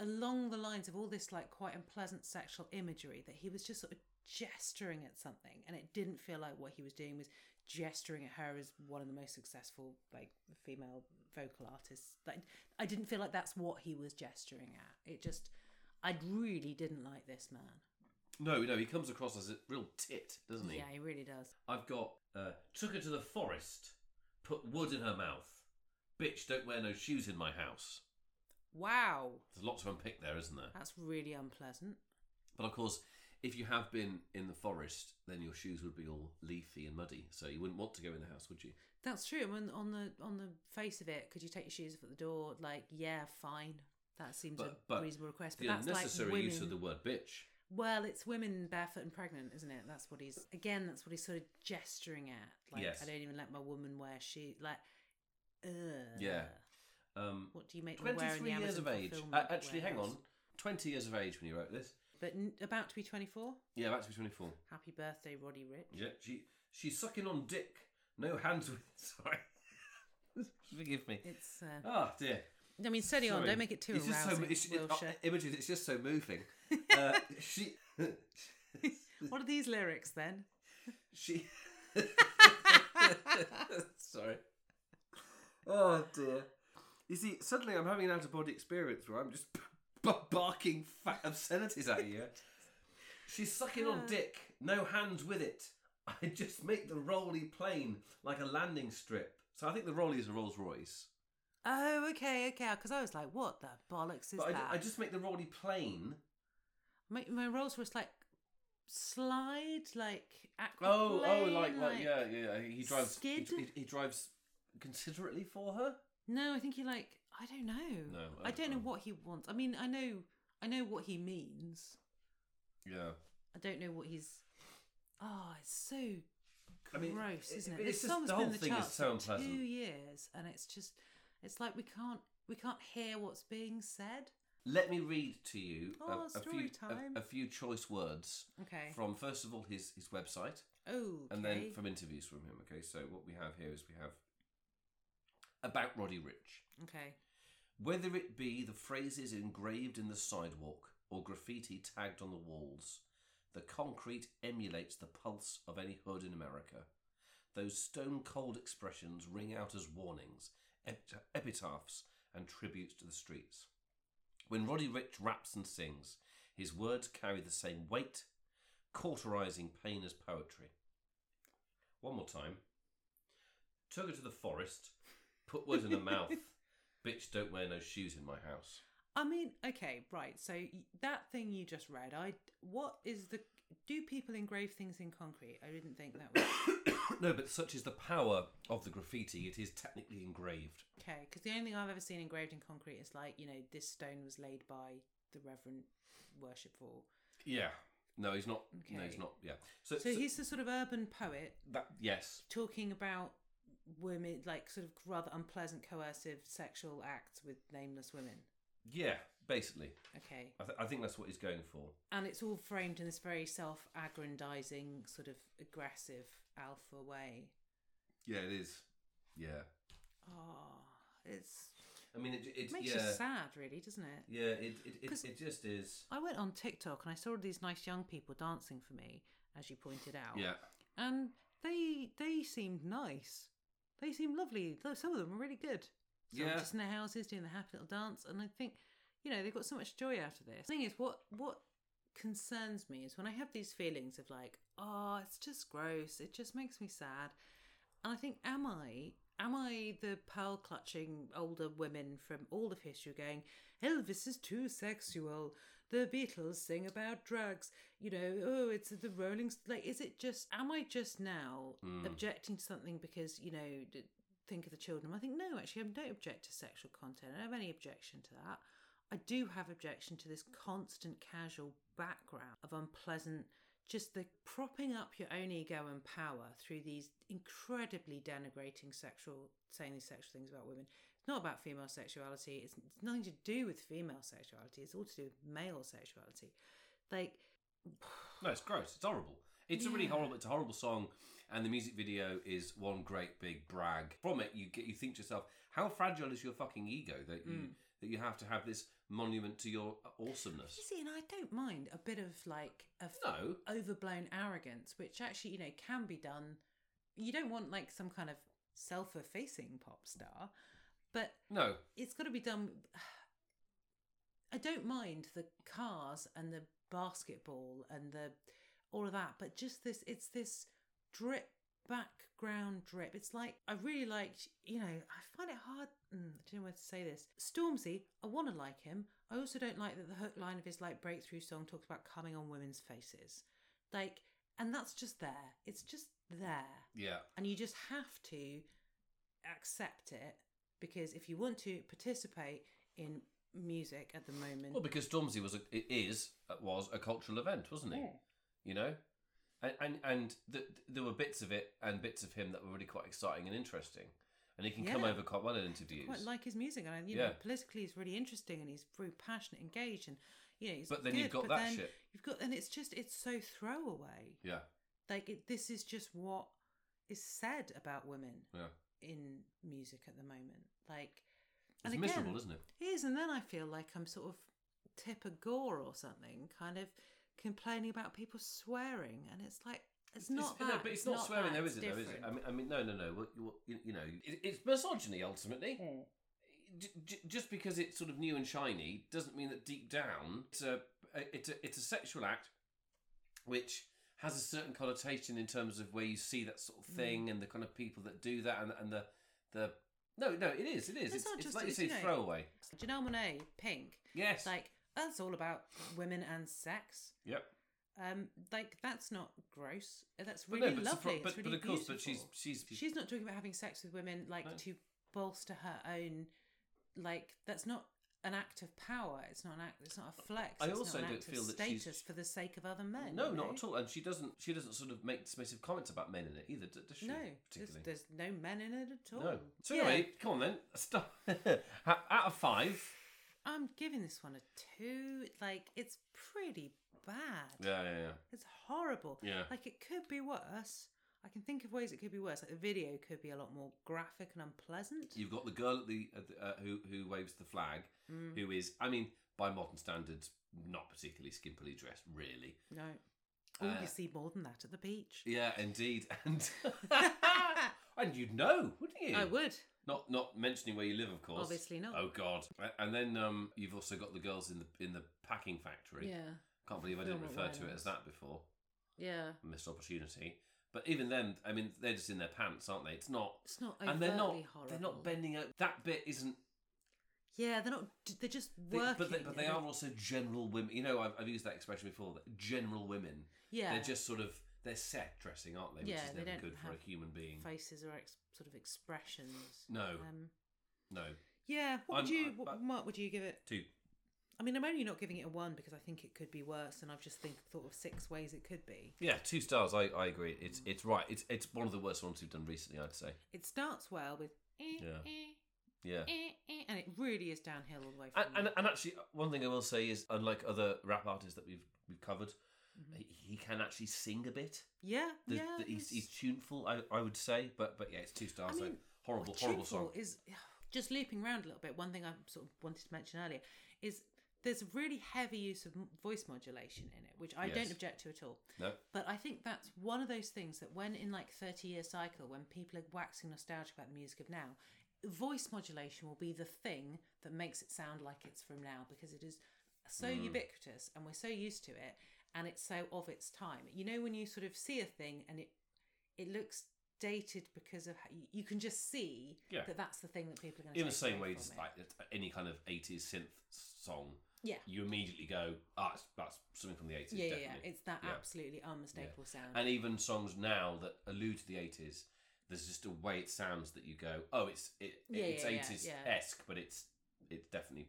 [SPEAKER 1] along the lines of all this like quite unpleasant sexual imagery that he was just sort of gesturing at something, and it didn't feel like what he was doing was gesturing at her as one of the most successful like female vocal artists. Like I didn't feel like that's what he was gesturing at. It just, I really didn't like this man.
[SPEAKER 2] No, no, he comes across as a real tit, doesn't he?
[SPEAKER 1] Yeah, he really does.
[SPEAKER 2] I've got uh, took her to the forest, put wood in her mouth, bitch don't wear no shoes in my house.
[SPEAKER 1] Wow.
[SPEAKER 2] There's lots to unpick there, isn't there?
[SPEAKER 1] That's really unpleasant.
[SPEAKER 2] But of course, if you have been in the forest, then your shoes would be all leafy and muddy, so you wouldn't want to go in the house, would you?
[SPEAKER 1] That's true. And when- on the on the face of it, could you take your shoes off at the door? Like, yeah, fine. That seems a
[SPEAKER 2] But- but
[SPEAKER 1] reasonable request. But
[SPEAKER 2] the
[SPEAKER 1] that's
[SPEAKER 2] unnecessary
[SPEAKER 1] like women.
[SPEAKER 2] use of the word bitch.
[SPEAKER 1] Well, it's women barefoot and pregnant, isn't it? That's what he's again. That's what he's sort of gesturing at. Like,
[SPEAKER 2] Yes.
[SPEAKER 1] I don't even let my woman wear shoes. Like, ugh.
[SPEAKER 2] Yeah. Um,
[SPEAKER 1] What do you make them wear in the
[SPEAKER 2] 23 years
[SPEAKER 1] Amazon
[SPEAKER 2] of age.
[SPEAKER 1] fulfillment
[SPEAKER 2] Uh, actually, hang
[SPEAKER 1] warehouse?
[SPEAKER 2] on. 20 years of age when you wrote this.
[SPEAKER 1] But n- about to be twenty-four.
[SPEAKER 2] Yeah, back to be 24.
[SPEAKER 1] Happy birthday, Roddy Rich.
[SPEAKER 2] Yeah, she she's sucking on dick. No hands with. Sorry. Forgive me.
[SPEAKER 1] It's. Uh,
[SPEAKER 2] Ah dear.
[SPEAKER 1] I mean, steady on.
[SPEAKER 2] Sorry.
[SPEAKER 1] Don't make it too
[SPEAKER 2] It's just so
[SPEAKER 1] arousing.
[SPEAKER 2] mo- it's- it-
[SPEAKER 1] Wilshire.
[SPEAKER 2] uh, images. It's just so moving. uh, she uh,
[SPEAKER 1] what are these lyrics then?
[SPEAKER 2] she. Sorry. Oh dear. You see, suddenly I'm having an out of body experience where I'm just b- b- barking fat obscenities at you. She's sucking
[SPEAKER 1] Uh.
[SPEAKER 2] on dick, no hands with it. I just make the rolly plain like a landing strip. So I think the rolly is a Rolls Royce.
[SPEAKER 1] Oh, okay, okay. Because I was like, what the bollocks is
[SPEAKER 2] But I, ju-
[SPEAKER 1] that?
[SPEAKER 2] I just make the rolly plain.
[SPEAKER 1] my, my rolls were like slide, like
[SPEAKER 2] Oh, oh,
[SPEAKER 1] aquaplane,
[SPEAKER 2] like, like, yeah, yeah. He drives. he-
[SPEAKER 1] skid?
[SPEAKER 2] He, he drives considerately for her.
[SPEAKER 1] No, I think he like I don't know.
[SPEAKER 2] No,
[SPEAKER 1] I,
[SPEAKER 2] I
[SPEAKER 1] don't
[SPEAKER 2] don't
[SPEAKER 1] know
[SPEAKER 2] know.
[SPEAKER 1] what he wants. I mean, I know, I know what he means.
[SPEAKER 2] Yeah.
[SPEAKER 1] I don't know what he's. Oh, it's so
[SPEAKER 2] I mean,
[SPEAKER 1] gross,
[SPEAKER 2] it-
[SPEAKER 1] isn't it? This
[SPEAKER 2] it's just-
[SPEAKER 1] song's
[SPEAKER 2] the
[SPEAKER 1] been
[SPEAKER 2] whole
[SPEAKER 1] in the
[SPEAKER 2] thing is
[SPEAKER 1] charts
[SPEAKER 2] so
[SPEAKER 1] for
[SPEAKER 2] unpleasant.
[SPEAKER 1] Two years, and it's just, it's like we can't, we can't hear what's being said.
[SPEAKER 2] Let me read to you a-
[SPEAKER 1] Oh,
[SPEAKER 2] a,
[SPEAKER 1] story
[SPEAKER 2] few
[SPEAKER 1] time.
[SPEAKER 2] A, a few choice words
[SPEAKER 1] Okay.
[SPEAKER 2] from first of all his his website
[SPEAKER 1] oh,
[SPEAKER 2] and then from interviews from him. Okay, so what we have here is we have about Roddy Rich.
[SPEAKER 1] okay.
[SPEAKER 2] Whether it be the phrases engraved in the sidewalk or graffiti tagged on the walls, the concrete emulates the pulse of any hood in America. Those stone cold expressions ring out as warnings, epit- epitaphs, and tributes to the streets. When Roddy Rich raps and sings, his words carry the same weight, cauterizing pain as poetry. One more time. Took her to the forest, put words in her mouth. Bitch, don't wear no shoes in my house.
[SPEAKER 1] I mean, okay, right. So y- that thing you just read, I what is the do people engrave things in concrete? I didn't think that was
[SPEAKER 2] no, but such is the power of the graffiti, it is technically engraved.
[SPEAKER 1] okay. Because the only thing I've ever seen engraved in concrete is like you know this stone was laid by the Reverend Worshipful.
[SPEAKER 2] Yeah. No, he's not. No,
[SPEAKER 1] Okay.
[SPEAKER 2] he's not. Yeah. So,
[SPEAKER 1] So
[SPEAKER 2] so
[SPEAKER 1] he's the sort of urban poet
[SPEAKER 2] that. Yes.
[SPEAKER 1] talking about women, like sort of rather unpleasant, coercive sexual acts with nameless women.
[SPEAKER 2] Yeah. Basically,
[SPEAKER 1] Okay,
[SPEAKER 2] I, th- I think that's what he's going for.
[SPEAKER 1] and it's all framed in this very self-aggrandizing, sort of aggressive alpha way.
[SPEAKER 2] Yeah, it is. Yeah.
[SPEAKER 1] Oh, it's
[SPEAKER 2] I mean, it.
[SPEAKER 1] It
[SPEAKER 2] it
[SPEAKER 1] makes you
[SPEAKER 2] yeah.
[SPEAKER 1] sad, really, doesn't it?
[SPEAKER 2] yeah. It. It. It,
[SPEAKER 1] 'Cause-
[SPEAKER 2] it just is.
[SPEAKER 1] I went on TikTok and I saw all these nice young people dancing for me, as you pointed out.
[SPEAKER 2] Yeah.
[SPEAKER 1] And they they seemed nice. They seemed lovely. Though some of them were really good. Some
[SPEAKER 2] Yeah.
[SPEAKER 1] Just in their houses doing the happy little dance, and I think you know they got so much joy out of this. The thing is, what what concerns me is when I have these feelings of like, oh, it's just gross. It just makes me sad. And I think, am I am I the pearl clutching older women from all of history going, Elvis is too sexual. The Beatles sing about drugs. You know, oh, it's the Rolling. St- Like, is it just? Am I just now objecting to something because you know? D- think of the children i think no actually i don't object to sexual content i don't have any objection to that i do have objection to this constant casual background of unpleasant just the propping up your own ego and power through these incredibly denigrating sexual saying these sexual things about women it's not about female sexuality it's, it's nothing to do with female sexuality it's all to do with male sexuality like
[SPEAKER 2] No, it's gross. It's horrible. It's a really
[SPEAKER 1] Yeah.
[SPEAKER 2] horrible. It's a horrible song, and the music video is one great big brag. From it, you get you think to yourself, how fragile is your fucking ego that you
[SPEAKER 1] Mm.
[SPEAKER 2] that you have to have this monument to your awesomeness?
[SPEAKER 1] You see, and I don't mind a bit of like of
[SPEAKER 2] No.
[SPEAKER 1] overblown arrogance, which actually you know can be done. You don't want like some kind of self-effacing pop star, but
[SPEAKER 2] No,
[SPEAKER 1] it's got to be done. I don't mind the cars and the basketball and the all of that, but just this—it's this drip background drip. It's like I really liked, you know, I find it hard. Mm, I don't know where to say this. Stormzy, I want to like him. I also don't like that the hook line of his like breakthrough song talks about coming on women's faces, like, and that's just there. It's just there,
[SPEAKER 2] Yeah.
[SPEAKER 1] and you just have to accept it because if you want to participate in music at the moment,
[SPEAKER 2] Well, because Stormzy was a, it is was a cultural event, wasn't it? You know, and and, and th there were bits of it and bits of him that were really quite exciting and interesting, and he can come
[SPEAKER 1] Yeah.
[SPEAKER 2] over quite well in interviews.
[SPEAKER 1] quite like his music, and I, you know,
[SPEAKER 2] Yeah.
[SPEAKER 1] politically he's really interesting, and he's very passionate, engaged, and you know, he's
[SPEAKER 2] But then you've
[SPEAKER 1] good,
[SPEAKER 2] got
[SPEAKER 1] but
[SPEAKER 2] that
[SPEAKER 1] then
[SPEAKER 2] shit.
[SPEAKER 1] You've got, and it's just it's so throwaway.
[SPEAKER 2] yeah,
[SPEAKER 1] Like it, this is just what is said about women
[SPEAKER 2] yeah.
[SPEAKER 1] in music at the moment. Like,
[SPEAKER 2] It's
[SPEAKER 1] and
[SPEAKER 2] miserable,
[SPEAKER 1] again,
[SPEAKER 2] isn't it?
[SPEAKER 1] it is, and then I feel like I'm sort of Tipper Gore or something, kind of complaining about people swearing, and it's like it's not
[SPEAKER 2] no,
[SPEAKER 1] that.
[SPEAKER 2] but it's, not, swearing,
[SPEAKER 1] that,
[SPEAKER 2] though,
[SPEAKER 1] it's
[SPEAKER 2] is it? Though, is it?
[SPEAKER 1] different.
[SPEAKER 2] I mean, I mean, no, no, no. Well, you, you, you know, it, it's misogyny ultimately. J- j- just because it's sort of new and shiny doesn't mean that deep down it's a it's a it's a sexual act which has a certain connotation in terms of where you see that sort of
[SPEAKER 1] Mm.
[SPEAKER 2] thing and the kind of people that do that and and the the no no it is it is
[SPEAKER 1] It's
[SPEAKER 2] it's,
[SPEAKER 1] not
[SPEAKER 2] it's
[SPEAKER 1] just-
[SPEAKER 2] like you
[SPEAKER 1] it's,
[SPEAKER 2] say
[SPEAKER 1] you know-
[SPEAKER 2] throwaway
[SPEAKER 1] Janelle Monae, Pink.
[SPEAKER 2] yes
[SPEAKER 1] It's like that's all about women and sex.
[SPEAKER 2] yep
[SPEAKER 1] Um, like that's not gross. That's
[SPEAKER 2] but
[SPEAKER 1] really
[SPEAKER 2] no but,
[SPEAKER 1] lovely.
[SPEAKER 2] surpri- but,
[SPEAKER 1] it's really
[SPEAKER 2] but of course but she's
[SPEAKER 1] beautiful.
[SPEAKER 2] she's
[SPEAKER 1] she's not talking about having sex with women like
[SPEAKER 2] No.
[SPEAKER 1] to bolster her own. Like that's not an act of power. It's not an act. It's not a flex.
[SPEAKER 2] I
[SPEAKER 1] it's
[SPEAKER 2] also
[SPEAKER 1] not an
[SPEAKER 2] don't
[SPEAKER 1] act
[SPEAKER 2] feel
[SPEAKER 1] of
[SPEAKER 2] that she's-
[SPEAKER 1] status for the sake of other men.
[SPEAKER 2] no
[SPEAKER 1] you
[SPEAKER 2] not
[SPEAKER 1] know?
[SPEAKER 2] at all and she doesn't she doesn't sort of make dismissive comments about men in it either d- does she
[SPEAKER 1] No, there's,
[SPEAKER 2] particularly
[SPEAKER 1] there's no men in it at all.
[SPEAKER 2] no so
[SPEAKER 1] Yeah,
[SPEAKER 2] anyway come on then stop out of five
[SPEAKER 1] I'm giving this one a two. Like it's pretty bad.
[SPEAKER 2] yeah yeah yeah
[SPEAKER 1] It's horrible.
[SPEAKER 2] Yeah.
[SPEAKER 1] Like it could be worse. I can think of ways it could be worse. Like the video could be a lot more graphic and unpleasant.
[SPEAKER 2] You've got the girl at the, at the uh, who who waves the flag,
[SPEAKER 1] Mm.
[SPEAKER 2] who is, I mean, by modern standards, not particularly skimpily dressed, really.
[SPEAKER 1] No. Oh,
[SPEAKER 2] Uh,
[SPEAKER 1] you see more than that at the beach.
[SPEAKER 2] Yeah, indeed, and and you'd know, wouldn't you?
[SPEAKER 1] I would.
[SPEAKER 2] Not not mentioning where you live, of course.
[SPEAKER 1] Obviously not.
[SPEAKER 2] Oh God! A- And then um, you've also got the girls in the in the packing factory. Can't believe I didn't
[SPEAKER 1] Film at
[SPEAKER 2] refer to it
[SPEAKER 1] Wayland's.
[SPEAKER 2] as that before.
[SPEAKER 1] Yeah.
[SPEAKER 2] Missed opportunity. But even then, I mean, they're just in their pants, aren't they? It's not.
[SPEAKER 1] It's not overtly
[SPEAKER 2] And they're not.
[SPEAKER 1] horrible.
[SPEAKER 2] They're not bending out. That bit isn't
[SPEAKER 1] Yeah, they're not. They're just
[SPEAKER 2] They-
[SPEAKER 1] working.
[SPEAKER 2] but they, but they
[SPEAKER 1] and
[SPEAKER 2] are also general women. You know, I've, I've used that expression before. That general women.
[SPEAKER 1] Yeah.
[SPEAKER 2] They're just sort of they're set dressing, aren't they? Which
[SPEAKER 1] Yeah,
[SPEAKER 2] is
[SPEAKER 1] they
[SPEAKER 2] never
[SPEAKER 1] don't
[SPEAKER 2] good for a
[SPEAKER 1] have
[SPEAKER 2] human being.
[SPEAKER 1] faces or ex- sort of expressions.
[SPEAKER 2] No.
[SPEAKER 1] Um,
[SPEAKER 2] No,
[SPEAKER 1] yeah. What would
[SPEAKER 2] I'm-
[SPEAKER 1] you?
[SPEAKER 2] I-
[SPEAKER 1] what
[SPEAKER 2] but-
[SPEAKER 1] mark would you give it?
[SPEAKER 2] two.
[SPEAKER 1] I mean, I'm only not giving it a one because I think it could be worse, and I've just think thought of six ways it could be.
[SPEAKER 2] Yeah, two stars. I, I agree. It's it's right. It's it's one of the worst ones we've done recently. I'd say.
[SPEAKER 1] It starts well with. eh,
[SPEAKER 2] Yeah.
[SPEAKER 1] eh,
[SPEAKER 2] Yeah.
[SPEAKER 1] eh, eh, and it really is downhill all the way from
[SPEAKER 2] And, and, and actually, one thing I will say is, unlike other rap artists that we've we've covered,
[SPEAKER 1] Mm-hmm.
[SPEAKER 2] he, he can actually sing a bit.
[SPEAKER 1] yeah,
[SPEAKER 2] The,
[SPEAKER 1] yeah.
[SPEAKER 2] the,
[SPEAKER 1] it's-
[SPEAKER 2] he's, he's tuneful. I, I would say, but but yeah, it's two stars.
[SPEAKER 1] I
[SPEAKER 2] though.
[SPEAKER 1] mean,
[SPEAKER 2] horrible,
[SPEAKER 1] What's
[SPEAKER 2] horrible song.
[SPEAKER 1] truthful Is just looping around a little bit. One thing I sort of wanted to mention earlier is there's a really heavy use of m- voice modulation in it, which I
[SPEAKER 2] Yes.
[SPEAKER 1] don't object to at all.
[SPEAKER 2] No.
[SPEAKER 1] But I think that's one of those things that when in like 30 year cycle, when people are waxing nostalgic about the music of now, voice modulation will be the thing that makes it sound like it's from now because it is so
[SPEAKER 2] Hmm.
[SPEAKER 1] ubiquitous and we're so used to it and it's so of its time. You know, when you sort of see a thing and it it looks dated because of how you, you can just see
[SPEAKER 2] Yeah.
[SPEAKER 1] that that's the thing that people are going to
[SPEAKER 2] in the same way as like any kind of 80s synth song
[SPEAKER 1] yeah
[SPEAKER 2] you immediately go ah it's, that's something from the 80s
[SPEAKER 1] yeah yeah, yeah
[SPEAKER 2] definitely.
[SPEAKER 1] it's um, that
[SPEAKER 2] Yeah.
[SPEAKER 1] absolutely unmistakable sound
[SPEAKER 2] and even songs now that allude to the 80s there's just a way it sounds that you go oh it's it,
[SPEAKER 1] Yeah,
[SPEAKER 2] it's
[SPEAKER 1] yeah, yeah,
[SPEAKER 2] 80s
[SPEAKER 1] yeah.
[SPEAKER 2] esque but it's it's definitely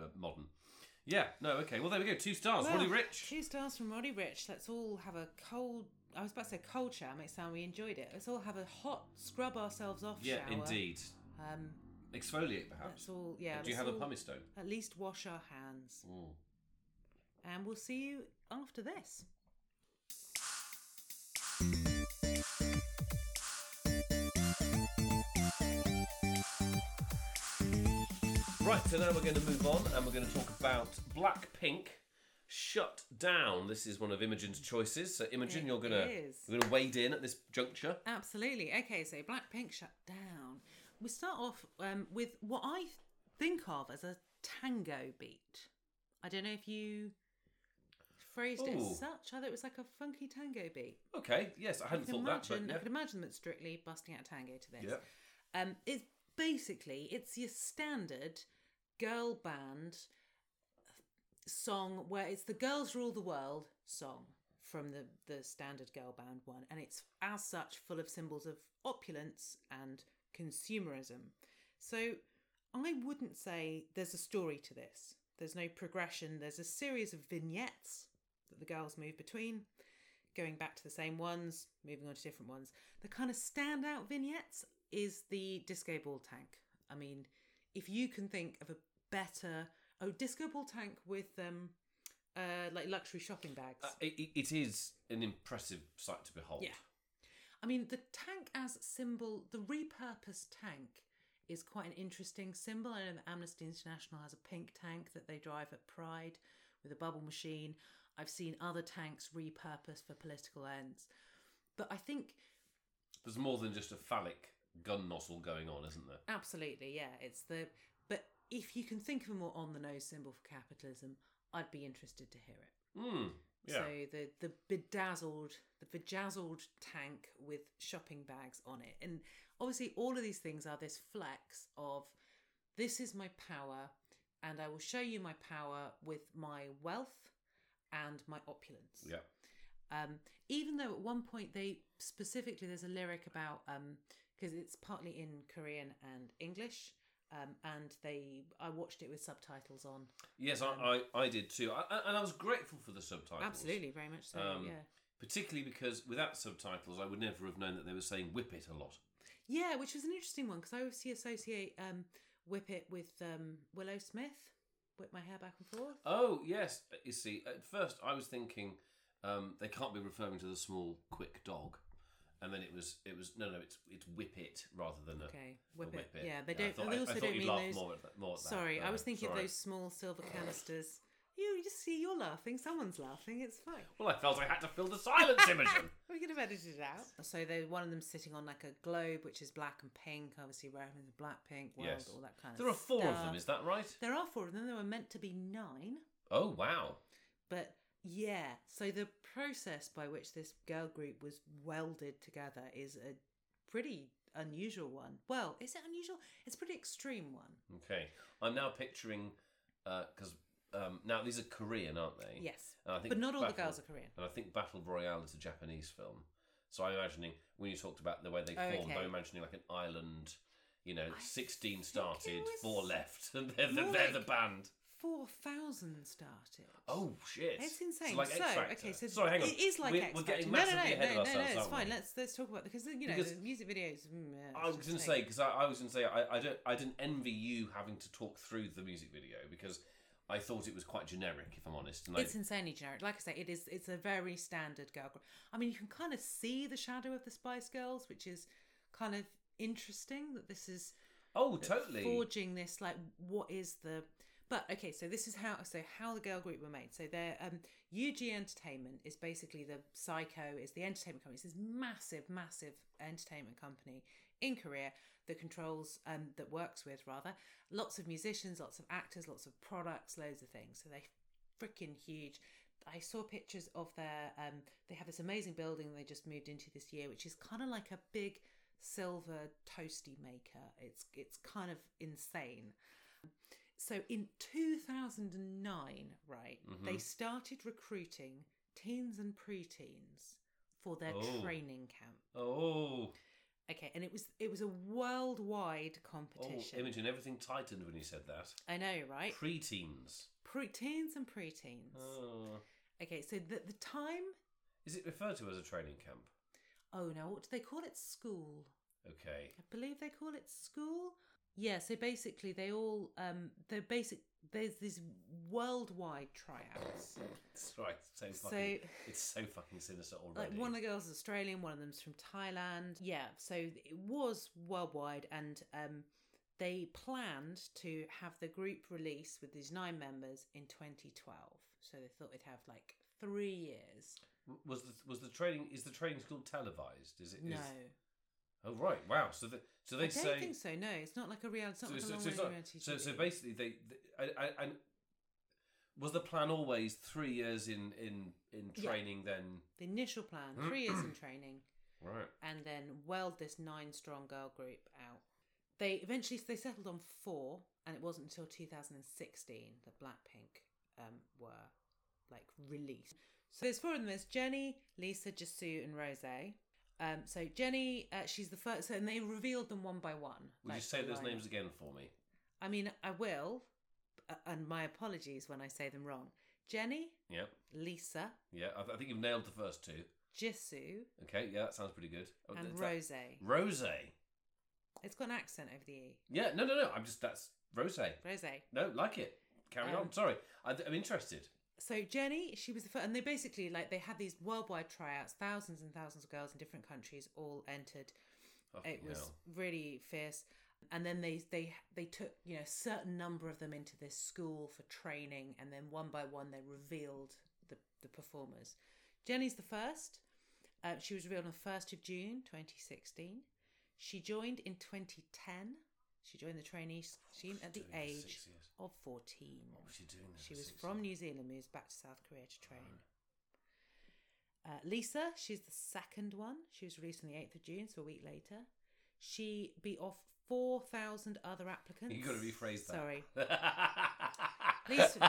[SPEAKER 2] uh, modern yeah no okay well there we go two stars Roddy
[SPEAKER 1] Well,
[SPEAKER 2] Rich
[SPEAKER 1] Two stars from Roddy Rich. Let's all have a cold. I was about to say cold shower. Makes sound we enjoyed it. Let's all have a hot scrub ourselves off
[SPEAKER 2] yeah
[SPEAKER 1] shower.
[SPEAKER 2] indeed
[SPEAKER 1] Um,
[SPEAKER 2] exfoliate
[SPEAKER 1] let's
[SPEAKER 2] perhaps
[SPEAKER 1] all. Yeah.
[SPEAKER 2] do you
[SPEAKER 1] let's
[SPEAKER 2] have a
[SPEAKER 1] all
[SPEAKER 2] pumice stone
[SPEAKER 1] At least wash our hands,
[SPEAKER 2] Mm.
[SPEAKER 1] and we'll see you after this.
[SPEAKER 2] Right, so now we're going to move on and we're going to talk about Blackpink Shut Down. This is one of Imogen's choices. So, Imogen,
[SPEAKER 1] It
[SPEAKER 2] you're going to
[SPEAKER 1] is.
[SPEAKER 2] you're going to wade in at this juncture.
[SPEAKER 1] Absolutely. Okay, so Blackpink shut down. We start off um, with what I think of as a tango beat. I don't know if you phrased it
[SPEAKER 2] Ooh.
[SPEAKER 1] as such. I thought it was like a funky tango beat.
[SPEAKER 2] Okay, yes, I
[SPEAKER 1] I
[SPEAKER 2] hadn't
[SPEAKER 1] can
[SPEAKER 2] thought that,
[SPEAKER 1] imagine.
[SPEAKER 2] but yeah.
[SPEAKER 1] I could imagine that strictly busting out tango to this.
[SPEAKER 2] yeah.
[SPEAKER 1] Um, it's basically it's your standard girl band song where it's the girls rule the world song from the the standard girl band one, and it's as such full of symbols of opulence and consumerism. So I wouldn't say there's a story to this. There's no progression. There's a series of vignettes that the girls move between, going back to the same ones, moving on to different ones. The kind of standout vignettes is the disco ball tank. I mean, if you can think of a better oh disco ball tank with um uh like luxury shopping bags.
[SPEAKER 2] Uh, it, it- it is an impressive sight to behold.
[SPEAKER 1] Yeah. I mean, the tank as symbol, the repurposed tank is quite an interesting symbol. I know that Amnesty International has a pink tank that they drive at Pride with a bubble machine. I've seen other tanks repurposed for political ends. But I think,
[SPEAKER 2] There's more than just a phallic gun nozzle going on, isn't there?
[SPEAKER 1] absolutely, yeah, it's the. But if you can think of a more on the nose symbol for capitalism, I'd be interested to hear it.
[SPEAKER 2] Mm, yeah.
[SPEAKER 1] So the the bedazzled the bedazzled tank with shopping bags on it, and obviously all of these things are this flex of this is my power, and I will show you my power with my wealth and my opulence.
[SPEAKER 2] yeah.
[SPEAKER 1] Um, even though at one point they specifically there's a lyric about because it's partly in Korean and English, um, and they I watched it with subtitles on.
[SPEAKER 2] Yes, I, I, I did too. I, I- and I was grateful for the subtitles.
[SPEAKER 1] Absolutely, very much so.
[SPEAKER 2] Um,
[SPEAKER 1] yeah.
[SPEAKER 2] Particularly because without subtitles, I would never have known that they were saying whip it a lot.
[SPEAKER 1] Yeah, which was an interesting one because I obviously associate um, Whip It with um, Willow Smith, whip my hair back and forth.
[SPEAKER 2] Oh, yes. You see, at first I was thinking um, they can't be referring to the small, quick dog. And then it was, it was no, no, it's, it's whip it rather than a,
[SPEAKER 1] okay,
[SPEAKER 2] a
[SPEAKER 1] Oh, whip, it.
[SPEAKER 2] whip it.
[SPEAKER 1] Yeah, they
[SPEAKER 2] I
[SPEAKER 1] don't.
[SPEAKER 2] thought,
[SPEAKER 1] they
[SPEAKER 2] I- I
[SPEAKER 1] also
[SPEAKER 2] thought
[SPEAKER 1] don't
[SPEAKER 2] you'd
[SPEAKER 1] mean
[SPEAKER 2] laugh
[SPEAKER 1] those.
[SPEAKER 2] More at that, more at that,
[SPEAKER 1] sorry, I
[SPEAKER 2] no,
[SPEAKER 1] was thinking
[SPEAKER 2] sorry.
[SPEAKER 1] of those small silver canisters. You just see, you're laughing. Someone's laughing. It's fine.
[SPEAKER 2] Well, I felt I had to fill the silence, Imogen.
[SPEAKER 1] We could have edited it out. So they one of them sitting on like a globe, which is black and pink. Obviously, reference to black, pink, world,
[SPEAKER 2] Yes.
[SPEAKER 1] all that kind of.
[SPEAKER 2] There are four
[SPEAKER 1] stuff.
[SPEAKER 2] of them, is that right?
[SPEAKER 1] There are four of them. There were meant to be nine.
[SPEAKER 2] Oh, wow.
[SPEAKER 1] But yeah, so the process by which this girl group was welded together is a pretty unusual one. Well, is it unusual? It's a pretty extreme one.
[SPEAKER 2] Okay. I'm now picturing, because um, now these are Korean, aren't they?
[SPEAKER 1] Yes.
[SPEAKER 2] And I think
[SPEAKER 1] But not all the
[SPEAKER 2] Battle-
[SPEAKER 1] girls are Korean.
[SPEAKER 2] And I think Battle Royale is a Japanese film. So I'm imagining, when you talked about the way they
[SPEAKER 1] Oh,
[SPEAKER 2] formed,
[SPEAKER 1] okay.
[SPEAKER 2] I'm imagining like an island, you know,
[SPEAKER 1] I
[SPEAKER 2] 16
[SPEAKER 1] think
[SPEAKER 2] started,
[SPEAKER 1] it was
[SPEAKER 2] four left, and they're, the,
[SPEAKER 1] more
[SPEAKER 2] they're
[SPEAKER 1] like-
[SPEAKER 2] the band.
[SPEAKER 1] 4,000 started.
[SPEAKER 2] Oh, shit.
[SPEAKER 1] It's insane.
[SPEAKER 2] So, like X Factor.
[SPEAKER 1] okay, so
[SPEAKER 2] Sorry, hang on.
[SPEAKER 1] it is like
[SPEAKER 2] we're,
[SPEAKER 1] X
[SPEAKER 2] We're
[SPEAKER 1] Factor.
[SPEAKER 2] getting
[SPEAKER 1] no, no, no,
[SPEAKER 2] massively ahead
[SPEAKER 1] no,
[SPEAKER 2] of
[SPEAKER 1] no,
[SPEAKER 2] ourselves,
[SPEAKER 1] no, it's
[SPEAKER 2] aren't we?
[SPEAKER 1] fine. Let's let's talk about because you know
[SPEAKER 2] Because-
[SPEAKER 1] the music videos. mm, yeah,
[SPEAKER 2] I was
[SPEAKER 1] it's
[SPEAKER 2] going to
[SPEAKER 1] insane.
[SPEAKER 2] say because I, I was going to say I, I don't I didn't envy you having to talk through the music video because I thought it was quite generic if I'm honest. And I,
[SPEAKER 1] It's insanely generic. Like I say, it is. It's a very standard girl group. I mean, you can kind of see the shadow of the Spice Girls, which is kind of interesting that this is
[SPEAKER 2] oh totally
[SPEAKER 1] forging this. Like, what is the? But okay, so this is how so how the girl group were made. So their um, UG Entertainment is basically the Psycho is the entertainment company. It's this massive, massive entertainment company in Korea that controls um, that works with rather lots of musicians, lots of actors, lots of products, loads of things. So they freaking huge. I saw pictures of their. Um, they have this amazing building they just moved into this year, which is kind of like a big silver toasty maker. It's it's kind of insane. So in 2009, right,
[SPEAKER 2] Mm-hmm.
[SPEAKER 1] they started recruiting teens and preteens for their
[SPEAKER 2] Oh.
[SPEAKER 1] training camp.
[SPEAKER 2] oh
[SPEAKER 1] Okay, and it was it was a worldwide
[SPEAKER 2] oh
[SPEAKER 1] competition.
[SPEAKER 2] Imogen everything tightened when you said that
[SPEAKER 1] I know, right?
[SPEAKER 2] preteens
[SPEAKER 1] Pre- teens and preteens.
[SPEAKER 2] oh.
[SPEAKER 1] Okay, so the, the time
[SPEAKER 2] is it referred to as a training camp
[SPEAKER 1] Oh no, what do they call it? School.
[SPEAKER 2] okay
[SPEAKER 1] I believe they call it school. Yeah, so basically they all um they're basic there's these worldwide tryouts.
[SPEAKER 2] it's right so
[SPEAKER 1] So-
[SPEAKER 2] fucking, it's so fucking sinister already
[SPEAKER 1] Like one of the girls is Australian, one of them's from Thailand. Yeah, so it was worldwide, and um, they planned to have the group release with these nine members in 2012. So they thought they'd have like three years.
[SPEAKER 2] was the was the training is the training school televised is it is,
[SPEAKER 1] No,
[SPEAKER 2] oh right wow so the, so they
[SPEAKER 1] I don't
[SPEAKER 2] say
[SPEAKER 1] think so. No, it's not like a reality. It's not
[SPEAKER 2] so,
[SPEAKER 1] like a
[SPEAKER 2] so,
[SPEAKER 1] long running
[SPEAKER 2] so, it's not-
[SPEAKER 1] reality.
[SPEAKER 2] so, so
[SPEAKER 1] TV.
[SPEAKER 2] basically they, they I, I, I Was the plan always three years in in in
[SPEAKER 1] Yeah.
[SPEAKER 2] training then?
[SPEAKER 1] The initial plan, three years in training,
[SPEAKER 2] Right.
[SPEAKER 1] and then weld this nine strong girl group out. They eventually they settled on four, and it wasn't until 2016 that Blackpink um, were like released. So there's four of them. There's Jenny, Lisa, Jisoo, and Rose. Um, so Jenny, uh, she's the first, and they revealed them one by one.
[SPEAKER 2] Would you
[SPEAKER 1] like,
[SPEAKER 2] say
[SPEAKER 1] the
[SPEAKER 2] those
[SPEAKER 1] lineup.
[SPEAKER 2] names again for me?
[SPEAKER 1] I mean, I will, uh, and my apologies when I say them wrong. Jenny,
[SPEAKER 2] Yeah.
[SPEAKER 1] Lisa,
[SPEAKER 2] Yeah. I, th- I think you've nailed the first two.
[SPEAKER 1] Jisoo,
[SPEAKER 2] Okay. Yeah, that sounds pretty good. Oh,
[SPEAKER 1] and
[SPEAKER 2] that's-
[SPEAKER 1] Rose.
[SPEAKER 2] Rose.
[SPEAKER 1] It's got an accent over the E.
[SPEAKER 2] Yeah. No, no, no. I'm just that's Rose.
[SPEAKER 1] Rose.
[SPEAKER 2] No, like it. Carry
[SPEAKER 1] Um,
[SPEAKER 2] on. Sorry, I, I'm interested.
[SPEAKER 1] So Jenny, she was the first, and they basically like they had these worldwide tryouts. Thousands and thousands of girls in different countries all entered.
[SPEAKER 2] Fucking
[SPEAKER 1] it was
[SPEAKER 2] hell.
[SPEAKER 1] really fierce. And then they they they took you know a certain number of them into this school for training, and then one by one they revealed the the performers. Jenny's the first. Uh, she was revealed on the first of June, 2016. She joined in 2010. She joined the trainee team at the
[SPEAKER 2] Doing it for
[SPEAKER 1] age
[SPEAKER 2] six years.
[SPEAKER 1] of 14.
[SPEAKER 2] What was she doing? there
[SPEAKER 1] She
[SPEAKER 2] for
[SPEAKER 1] was
[SPEAKER 2] six
[SPEAKER 1] from
[SPEAKER 2] years?
[SPEAKER 1] New Zealand, moves back to South Korea to train. Uh, Lisa, she's the second one. She was released on the 8th of June, so a week later. She beat off 4,000 other applicants.
[SPEAKER 2] You got to rephrase that.
[SPEAKER 1] Sorry.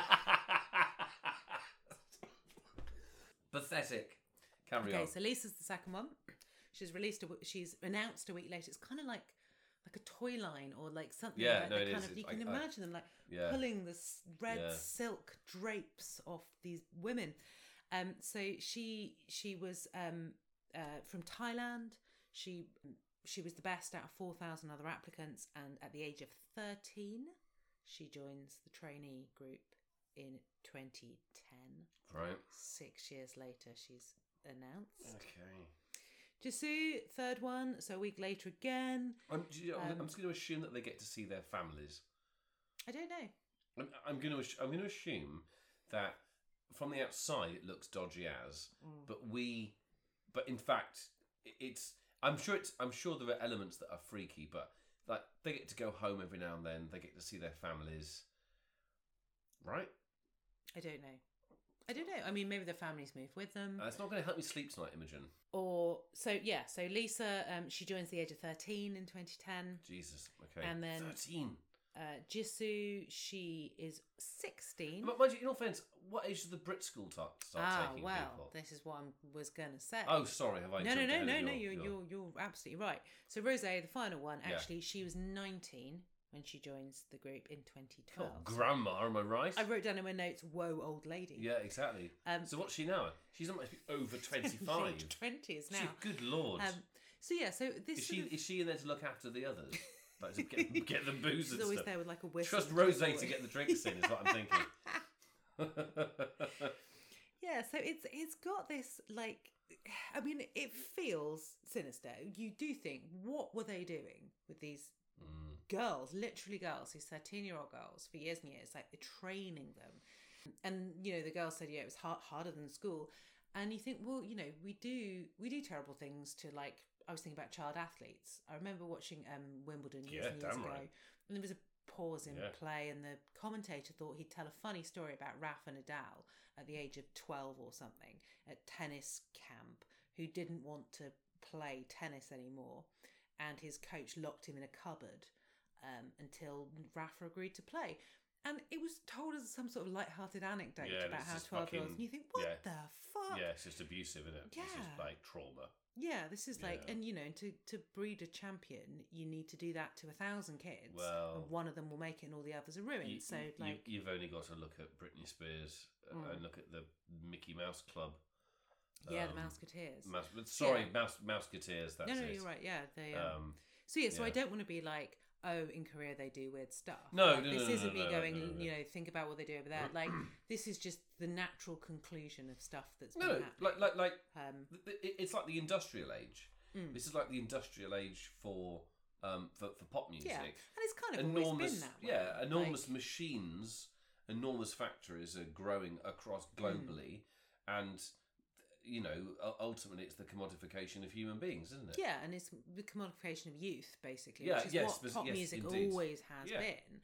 [SPEAKER 2] Pathetic. Carry
[SPEAKER 1] Okay,
[SPEAKER 2] on.
[SPEAKER 1] so Lisa's the second one. She's released. A, w- she's announced a week later. It's kind of like like a toy line or like something.
[SPEAKER 2] Yeah,
[SPEAKER 1] like
[SPEAKER 2] no,
[SPEAKER 1] they
[SPEAKER 2] it
[SPEAKER 1] kind
[SPEAKER 2] is.
[SPEAKER 1] Of, you
[SPEAKER 2] It's
[SPEAKER 1] can
[SPEAKER 2] like- I-
[SPEAKER 1] imagine them like
[SPEAKER 2] yeah.
[SPEAKER 1] pulling the s- red
[SPEAKER 2] Yeah.
[SPEAKER 1] silk drapes off these women. Um, so she she was um, uh, from Thailand. She she was the best out of four thousand other applicants, and at the age of thirteen, she joins the trainee group in twenty ten.
[SPEAKER 2] right.
[SPEAKER 1] Six years later, she's announced.
[SPEAKER 2] Okay.
[SPEAKER 1] Jisoo, third one. So a week later again.
[SPEAKER 2] I'm, do you know, I'm-
[SPEAKER 1] Um,
[SPEAKER 2] I'm just going to assume that they get to see their families.
[SPEAKER 1] I don't know.
[SPEAKER 2] I'm, I'm going to I'm going to assume that from the outside it looks dodgy as,
[SPEAKER 1] Mm.
[SPEAKER 2] but we, but in fact i- it's I'm sure it's I'm sure there are elements that are freaky, but like they get to go home every now and then, they get to see their families, right?
[SPEAKER 1] I don't know. I don't know. I mean, maybe their families move with them.
[SPEAKER 2] Uh, it's not going to help me sleep tonight, Imogen.
[SPEAKER 1] or so yeah. So Lisa, um, she joins the age of thirteen in 2010.
[SPEAKER 2] Jesus, okay,
[SPEAKER 1] And then-
[SPEAKER 2] thirteen.
[SPEAKER 1] Uh, Jisoo, she is 16.
[SPEAKER 2] But mind you, in all fairness, what age does the Brit school ta- start
[SPEAKER 1] Mm. Ah,
[SPEAKER 2] taking
[SPEAKER 1] well,
[SPEAKER 2] people?
[SPEAKER 1] this is what I was gonna say.
[SPEAKER 2] Oh, sorry, have I?
[SPEAKER 1] no, no,
[SPEAKER 2] jumped
[SPEAKER 1] no,
[SPEAKER 2] ahead of
[SPEAKER 1] no,
[SPEAKER 2] your-
[SPEAKER 1] no. You're,
[SPEAKER 2] your-
[SPEAKER 1] you're you're absolutely right. So Rose, the final one,
[SPEAKER 2] Yeah.
[SPEAKER 1] actually, she was 19 when she joins the group in 2012.
[SPEAKER 2] Oh, grandma, am I right?
[SPEAKER 1] I wrote down in my notes, "Whoa, old lady."
[SPEAKER 2] Yeah, exactly.
[SPEAKER 1] Um,
[SPEAKER 2] so what's she now? She's almost over twenty five.
[SPEAKER 1] Late 20s now.
[SPEAKER 2] She, good lord,
[SPEAKER 1] Um, so yeah, so this
[SPEAKER 2] is
[SPEAKER 1] sort
[SPEAKER 2] she
[SPEAKER 1] of-
[SPEAKER 2] is she in there to look after the others? Like to get, get the booze
[SPEAKER 1] she's
[SPEAKER 2] and
[SPEAKER 1] always
[SPEAKER 2] stuff.
[SPEAKER 1] there with like a whistle.
[SPEAKER 2] Trust Rose to get the drinks in is what I'm thinking.
[SPEAKER 1] Yeah, so it's it's got this like, I mean, it feels sinister. You do think, what were they doing with these
[SPEAKER 2] Mm.
[SPEAKER 1] girls? Literally, girls, these thirteen-year-old girls for years and years, like they're training them. And you know, the girl said, yeah, it was hard, harder than school. And you think, well, you know, we do we do terrible things to like. I was thinking about child athletes. I remember watching um, Wimbledon years
[SPEAKER 2] Yeah,
[SPEAKER 1] and years
[SPEAKER 2] damn
[SPEAKER 1] ago,
[SPEAKER 2] right.
[SPEAKER 1] and there was a pause in
[SPEAKER 2] Yeah.
[SPEAKER 1] play, and the commentator thought he'd tell a funny story about Rafa Nadal at the age of twelve or something at tennis camp, who didn't want to play tennis anymore, and his coach locked him in a cupboard um, until Rafa agreed to play. And it was told as some sort of light-hearted anecdote
[SPEAKER 2] Yeah,
[SPEAKER 1] about
[SPEAKER 2] it's
[SPEAKER 1] how
[SPEAKER 2] just
[SPEAKER 1] twelve-year-olds,
[SPEAKER 2] fucking-
[SPEAKER 1] and you think, what
[SPEAKER 2] yeah.
[SPEAKER 1] the fuck?
[SPEAKER 2] Yeah, it's just abusive, isn't it? It's
[SPEAKER 1] Yeah.
[SPEAKER 2] just like trauma.
[SPEAKER 1] Yeah, this is like,
[SPEAKER 2] Yeah.
[SPEAKER 1] and you know, to to breed a champion, you need to do that to a thousand kids,
[SPEAKER 2] Well-
[SPEAKER 1] and one of them will make it, and all the others are ruined.
[SPEAKER 2] You,
[SPEAKER 1] so,
[SPEAKER 2] you-
[SPEAKER 1] like,
[SPEAKER 2] you, have only got to look at Britney Spears uh,
[SPEAKER 1] Mm.
[SPEAKER 2] and look at the Mickey Mouse Club.
[SPEAKER 1] yeah, the
[SPEAKER 2] um,
[SPEAKER 1] Mouseketeers.
[SPEAKER 2] Mouse, sorry,
[SPEAKER 1] Yeah.
[SPEAKER 2] Mouse Mouseketeers. That's
[SPEAKER 1] no, no,
[SPEAKER 2] it.
[SPEAKER 1] you're right. Yeah, they. Um,
[SPEAKER 2] Um,
[SPEAKER 1] so yeah, so I
[SPEAKER 2] yeah.
[SPEAKER 1] don't want to be like, oh, in Korea they do weird stuff.
[SPEAKER 2] No,
[SPEAKER 1] Like,
[SPEAKER 2] no,
[SPEAKER 1] this
[SPEAKER 2] no, no,
[SPEAKER 1] isn't
[SPEAKER 2] no,
[SPEAKER 1] me
[SPEAKER 2] no,
[SPEAKER 1] going.
[SPEAKER 2] no, no, no.
[SPEAKER 1] You know, think about what they do over there. like, this is just the natural conclusion of stuff that's been
[SPEAKER 2] no,
[SPEAKER 1] happening.
[SPEAKER 2] like like like
[SPEAKER 1] um,
[SPEAKER 2] th- th- it- it's like the industrial age.
[SPEAKER 1] Mm.
[SPEAKER 2] This is like the industrial age for um for, for pop music.
[SPEAKER 1] yeah, and it's kind of always
[SPEAKER 2] enormous,
[SPEAKER 1] been that. Way.
[SPEAKER 2] yeah, enormous
[SPEAKER 1] Like,
[SPEAKER 2] machines, enormous factories are growing across
[SPEAKER 1] Mm.
[SPEAKER 2] globally, and you know u- ultimately it's the commodification of human beings, isn't it?
[SPEAKER 1] Yeah, and it's the commodification of youth, basically,
[SPEAKER 2] Yeah,
[SPEAKER 1] which is
[SPEAKER 2] yes,
[SPEAKER 1] what
[SPEAKER 2] bes-
[SPEAKER 1] pop
[SPEAKER 2] yes,
[SPEAKER 1] music
[SPEAKER 2] indeed.
[SPEAKER 1] always has
[SPEAKER 2] Yeah.
[SPEAKER 1] been.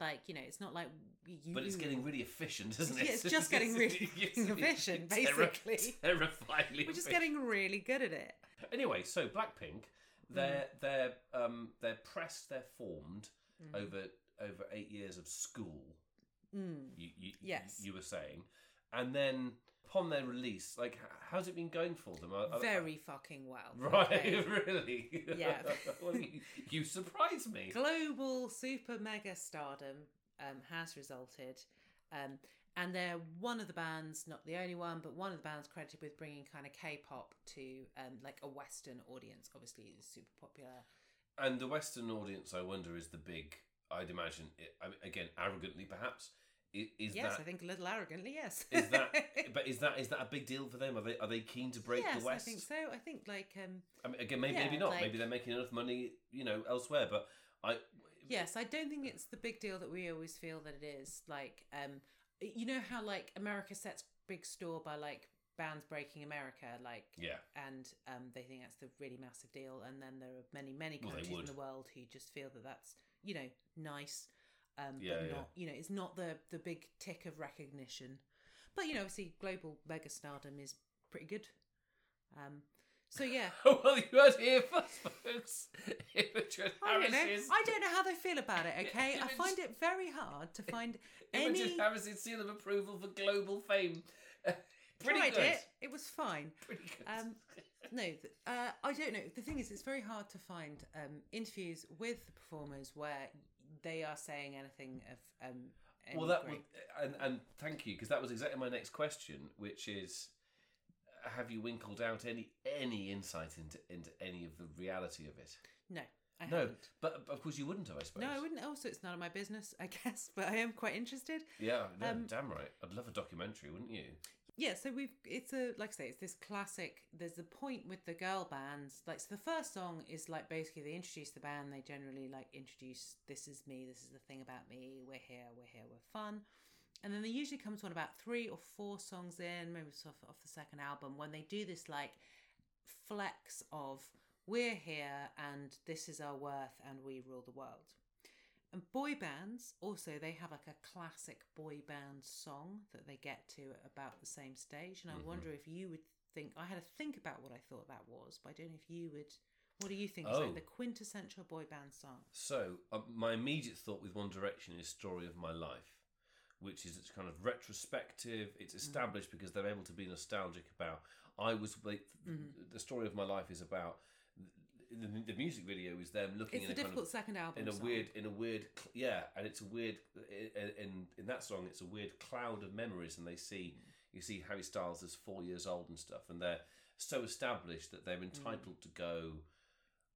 [SPEAKER 1] like you know it's not like you
[SPEAKER 2] But it's getting really efficient, isn't it?
[SPEAKER 1] Yeah, it's just getting really
[SPEAKER 2] Yes,
[SPEAKER 1] efficient,
[SPEAKER 2] it's terri-
[SPEAKER 1] basically.
[SPEAKER 2] terrifyingly
[SPEAKER 1] we're just
[SPEAKER 2] efficient.
[SPEAKER 1] getting really good at it
[SPEAKER 2] Anyway, so Blackpink, they're
[SPEAKER 1] Mm.
[SPEAKER 2] they're um they're pressed, they're formed over over eight years of school.
[SPEAKER 1] Mm.
[SPEAKER 2] You, you
[SPEAKER 1] Yes.
[SPEAKER 2] you were saying, and then upon their release, like h- how's it been going for them? Are- are-
[SPEAKER 1] very fucking well
[SPEAKER 2] Uh, right,
[SPEAKER 1] okay.
[SPEAKER 2] really.
[SPEAKER 1] Yeah.
[SPEAKER 2] well, you, you surprise me.
[SPEAKER 1] global super mega stardom um, has resulted um, and they're one of the bands not the only one but one of the bands credited with bringing kind of k-pop to um, like a western audience obviously it's super popular
[SPEAKER 2] And the Western audience, I wonder, is the big. I'd imagine, it, I mean, again, arrogantly perhaps. i- Is
[SPEAKER 1] yes
[SPEAKER 2] that
[SPEAKER 1] i think a little arrogantly yes
[SPEAKER 2] is that but is that is that a big deal for them? Are they are they keen to break
[SPEAKER 1] yes
[SPEAKER 2] the West?
[SPEAKER 1] i think so i think like um,
[SPEAKER 2] I mean, again, maybe,
[SPEAKER 1] Yeah,
[SPEAKER 2] maybe not.
[SPEAKER 1] like-
[SPEAKER 2] maybe they're making enough money, you know, elsewhere. But I
[SPEAKER 1] Yes, I don't think it's the big deal that we always feel that it is. Like, um, you know how like America sets big store by like bands breaking America, like,
[SPEAKER 2] yeah,
[SPEAKER 1] and um, they think that's the really massive deal. And then there are many, many
[SPEAKER 2] Well, they
[SPEAKER 1] countries in
[SPEAKER 2] would.
[SPEAKER 1] the world who just feel that that's you know nice, um,
[SPEAKER 2] Yeah,
[SPEAKER 1] but
[SPEAKER 2] yeah.
[SPEAKER 1] not you know it's not the the big tick of recognition. But you know, obviously, global megastardom is pretty good. Um, so yeah.
[SPEAKER 2] well, you heard it here first, folks. Imogen
[SPEAKER 1] I don't, know.
[SPEAKER 2] Harris's
[SPEAKER 1] I don't know how they feel about it, okay? I
[SPEAKER 2] Imogen-
[SPEAKER 1] find it very hard to find
[SPEAKER 2] Imogen
[SPEAKER 1] any
[SPEAKER 2] Harris's seal of approval for global fame. Pretty
[SPEAKER 1] tried
[SPEAKER 2] good.
[SPEAKER 1] it. It was fine.
[SPEAKER 2] Pretty good.
[SPEAKER 1] Um, no, th- uh, I don't know. The thing is, it's very hard to find um, interviews with the performers where they are saying anything of. Um, any
[SPEAKER 2] well, that
[SPEAKER 1] great-
[SPEAKER 2] would, and and thank you because that was exactly my next question, which is, have you winkled out any any insight into into any of the reality of it?
[SPEAKER 1] no, I
[SPEAKER 2] No,
[SPEAKER 1] haven't.
[SPEAKER 2] but of course you wouldn't have, I suppose.
[SPEAKER 1] No, I wouldn't. Also, it's none of my business, I guess, but I am quite interested.
[SPEAKER 2] Yeah, no,
[SPEAKER 1] Um,
[SPEAKER 2] damn right. I'd love a documentary, wouldn't you?
[SPEAKER 1] Yeah, so we've it's a like I say, it's this classic there's the point with the girl bands. Like so the first song is like basically they introduce the band, they generally like introduce this is me, this is the thing about me, we're here, we're here, we're fun. And then there usually comes one about three or four songs in, maybe it's off, off the second album, when they do this like flex of we're here and this is our worth and we rule the world. And boy bands also they have like a classic boy band song that they get to at about the same stage. And I
[SPEAKER 2] Mhm.
[SPEAKER 1] wonder if you would think I had to think about what I thought that was, but I don't know if you would. What do you think is
[SPEAKER 2] Oh.
[SPEAKER 1] like the quintessential boy band song?
[SPEAKER 2] So, uh, my immediate thought with One Direction is Story of My Life, which is it's kind of retrospective.
[SPEAKER 1] Mm.
[SPEAKER 2] It's established because they're able to be nostalgic about. I was like, th-
[SPEAKER 1] Mm-hmm.
[SPEAKER 2] the story of my life is about the, the music video is them looking
[SPEAKER 1] It's the
[SPEAKER 2] in a kind
[SPEAKER 1] difficult
[SPEAKER 2] of
[SPEAKER 1] second album.
[SPEAKER 2] in a
[SPEAKER 1] song.
[SPEAKER 2] weird in a weird cl- yeah, and it's a weird in, in in that song it's a weird cloud of memories, and they see
[SPEAKER 1] Mm.
[SPEAKER 2] you see Harry Styles as four years old and stuff, and they're so established that they're
[SPEAKER 1] Mm.
[SPEAKER 2] entitled to go.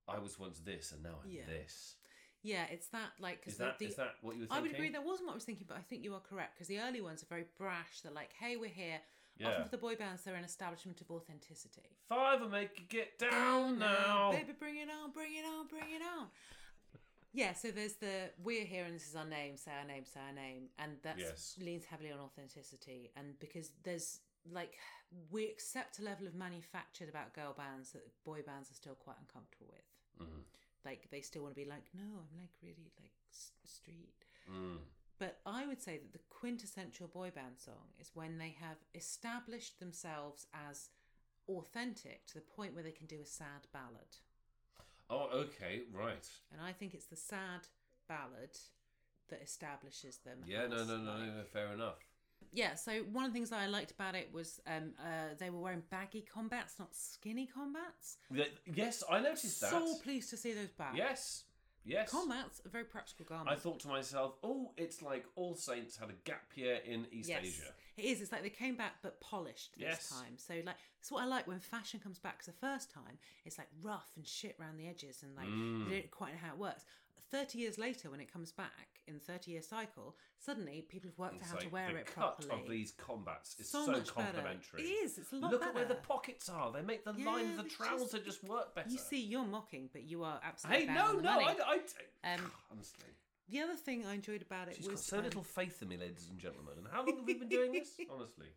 [SPEAKER 2] I was once this, and now I'm
[SPEAKER 1] Yeah.
[SPEAKER 2] this.
[SPEAKER 1] Yeah, it's that like
[SPEAKER 2] Is
[SPEAKER 1] because
[SPEAKER 2] that is
[SPEAKER 1] the,
[SPEAKER 2] that what you were thinking?
[SPEAKER 1] I would agree that wasn't what I was thinking, but I think you are correct because the early ones are very brash. They're like, "Hey, we're here."
[SPEAKER 2] Yeah.
[SPEAKER 1] Often for the boy bands, they're an establishment of authenticity.
[SPEAKER 2] Five will make you get down now.
[SPEAKER 1] Baby, bring it on, bring it on, bring it on. Yeah, so there's the we're here and this is our name, say our name, say our name, and that's
[SPEAKER 2] Yes.
[SPEAKER 1] leans heavily on authenticity, and because there's like we accept a level of manufactured about girl bands that boy bands are still quite uncomfortable with.
[SPEAKER 2] Mhm.
[SPEAKER 1] Like they still want to be like, no, I'm like really like s- street.
[SPEAKER 2] Mm.
[SPEAKER 1] But I would say that the quintessential boy band song is when they have established themselves as authentic to the point where they can do a sad ballad.
[SPEAKER 2] Oh, okay, right.
[SPEAKER 1] And I think it's the sad ballad that establishes them.
[SPEAKER 2] Yeah, no,
[SPEAKER 1] as,
[SPEAKER 2] no, no,
[SPEAKER 1] like-
[SPEAKER 2] no, no, fair enough.
[SPEAKER 1] Yeah, so one of the things that I liked about it was um, uh, they were wearing baggy combats, not skinny combats.
[SPEAKER 2] Th- Yes, I noticed that.
[SPEAKER 1] So pleased to see those back.
[SPEAKER 2] Yes, yes.
[SPEAKER 1] Combats are very practical
[SPEAKER 2] I
[SPEAKER 1] garments.
[SPEAKER 2] thought to myself, oh, it's like All Saints had a gap year in East Asia.
[SPEAKER 1] It is. It's like they came back but polished this
[SPEAKER 2] Yes.
[SPEAKER 1] time. So like it's what I like when fashion comes back 'cause the first time it's like rough and shit around the edges and like
[SPEAKER 2] Mm.
[SPEAKER 1] you don't quite know how it works. Thirty years later, when it comes back in thirty year cycle, suddenly people have worked
[SPEAKER 2] It's
[SPEAKER 1] out how to
[SPEAKER 2] like
[SPEAKER 1] wear
[SPEAKER 2] the
[SPEAKER 1] it
[SPEAKER 2] cut
[SPEAKER 1] properly.
[SPEAKER 2] of these combats is so,
[SPEAKER 1] so, much
[SPEAKER 2] complimentary.
[SPEAKER 1] better. It is. It's a lot
[SPEAKER 2] Look
[SPEAKER 1] better.
[SPEAKER 2] at where the pockets are. They make the line of
[SPEAKER 1] Yeah,
[SPEAKER 2] the
[SPEAKER 1] it's just-
[SPEAKER 2] trouser just, work better.
[SPEAKER 1] you see, you're mocking, but you are absolutely.
[SPEAKER 2] Hey,
[SPEAKER 1] bang
[SPEAKER 2] no,
[SPEAKER 1] on the
[SPEAKER 2] no, I,
[SPEAKER 1] money.
[SPEAKER 2] I,
[SPEAKER 1] Um,
[SPEAKER 2] honestly,
[SPEAKER 1] The other thing I enjoyed about it
[SPEAKER 2] she's
[SPEAKER 1] was
[SPEAKER 2] got so
[SPEAKER 1] um,
[SPEAKER 2] little faith in me, ladies and gentlemen. And how long have we been doing this? Honestly,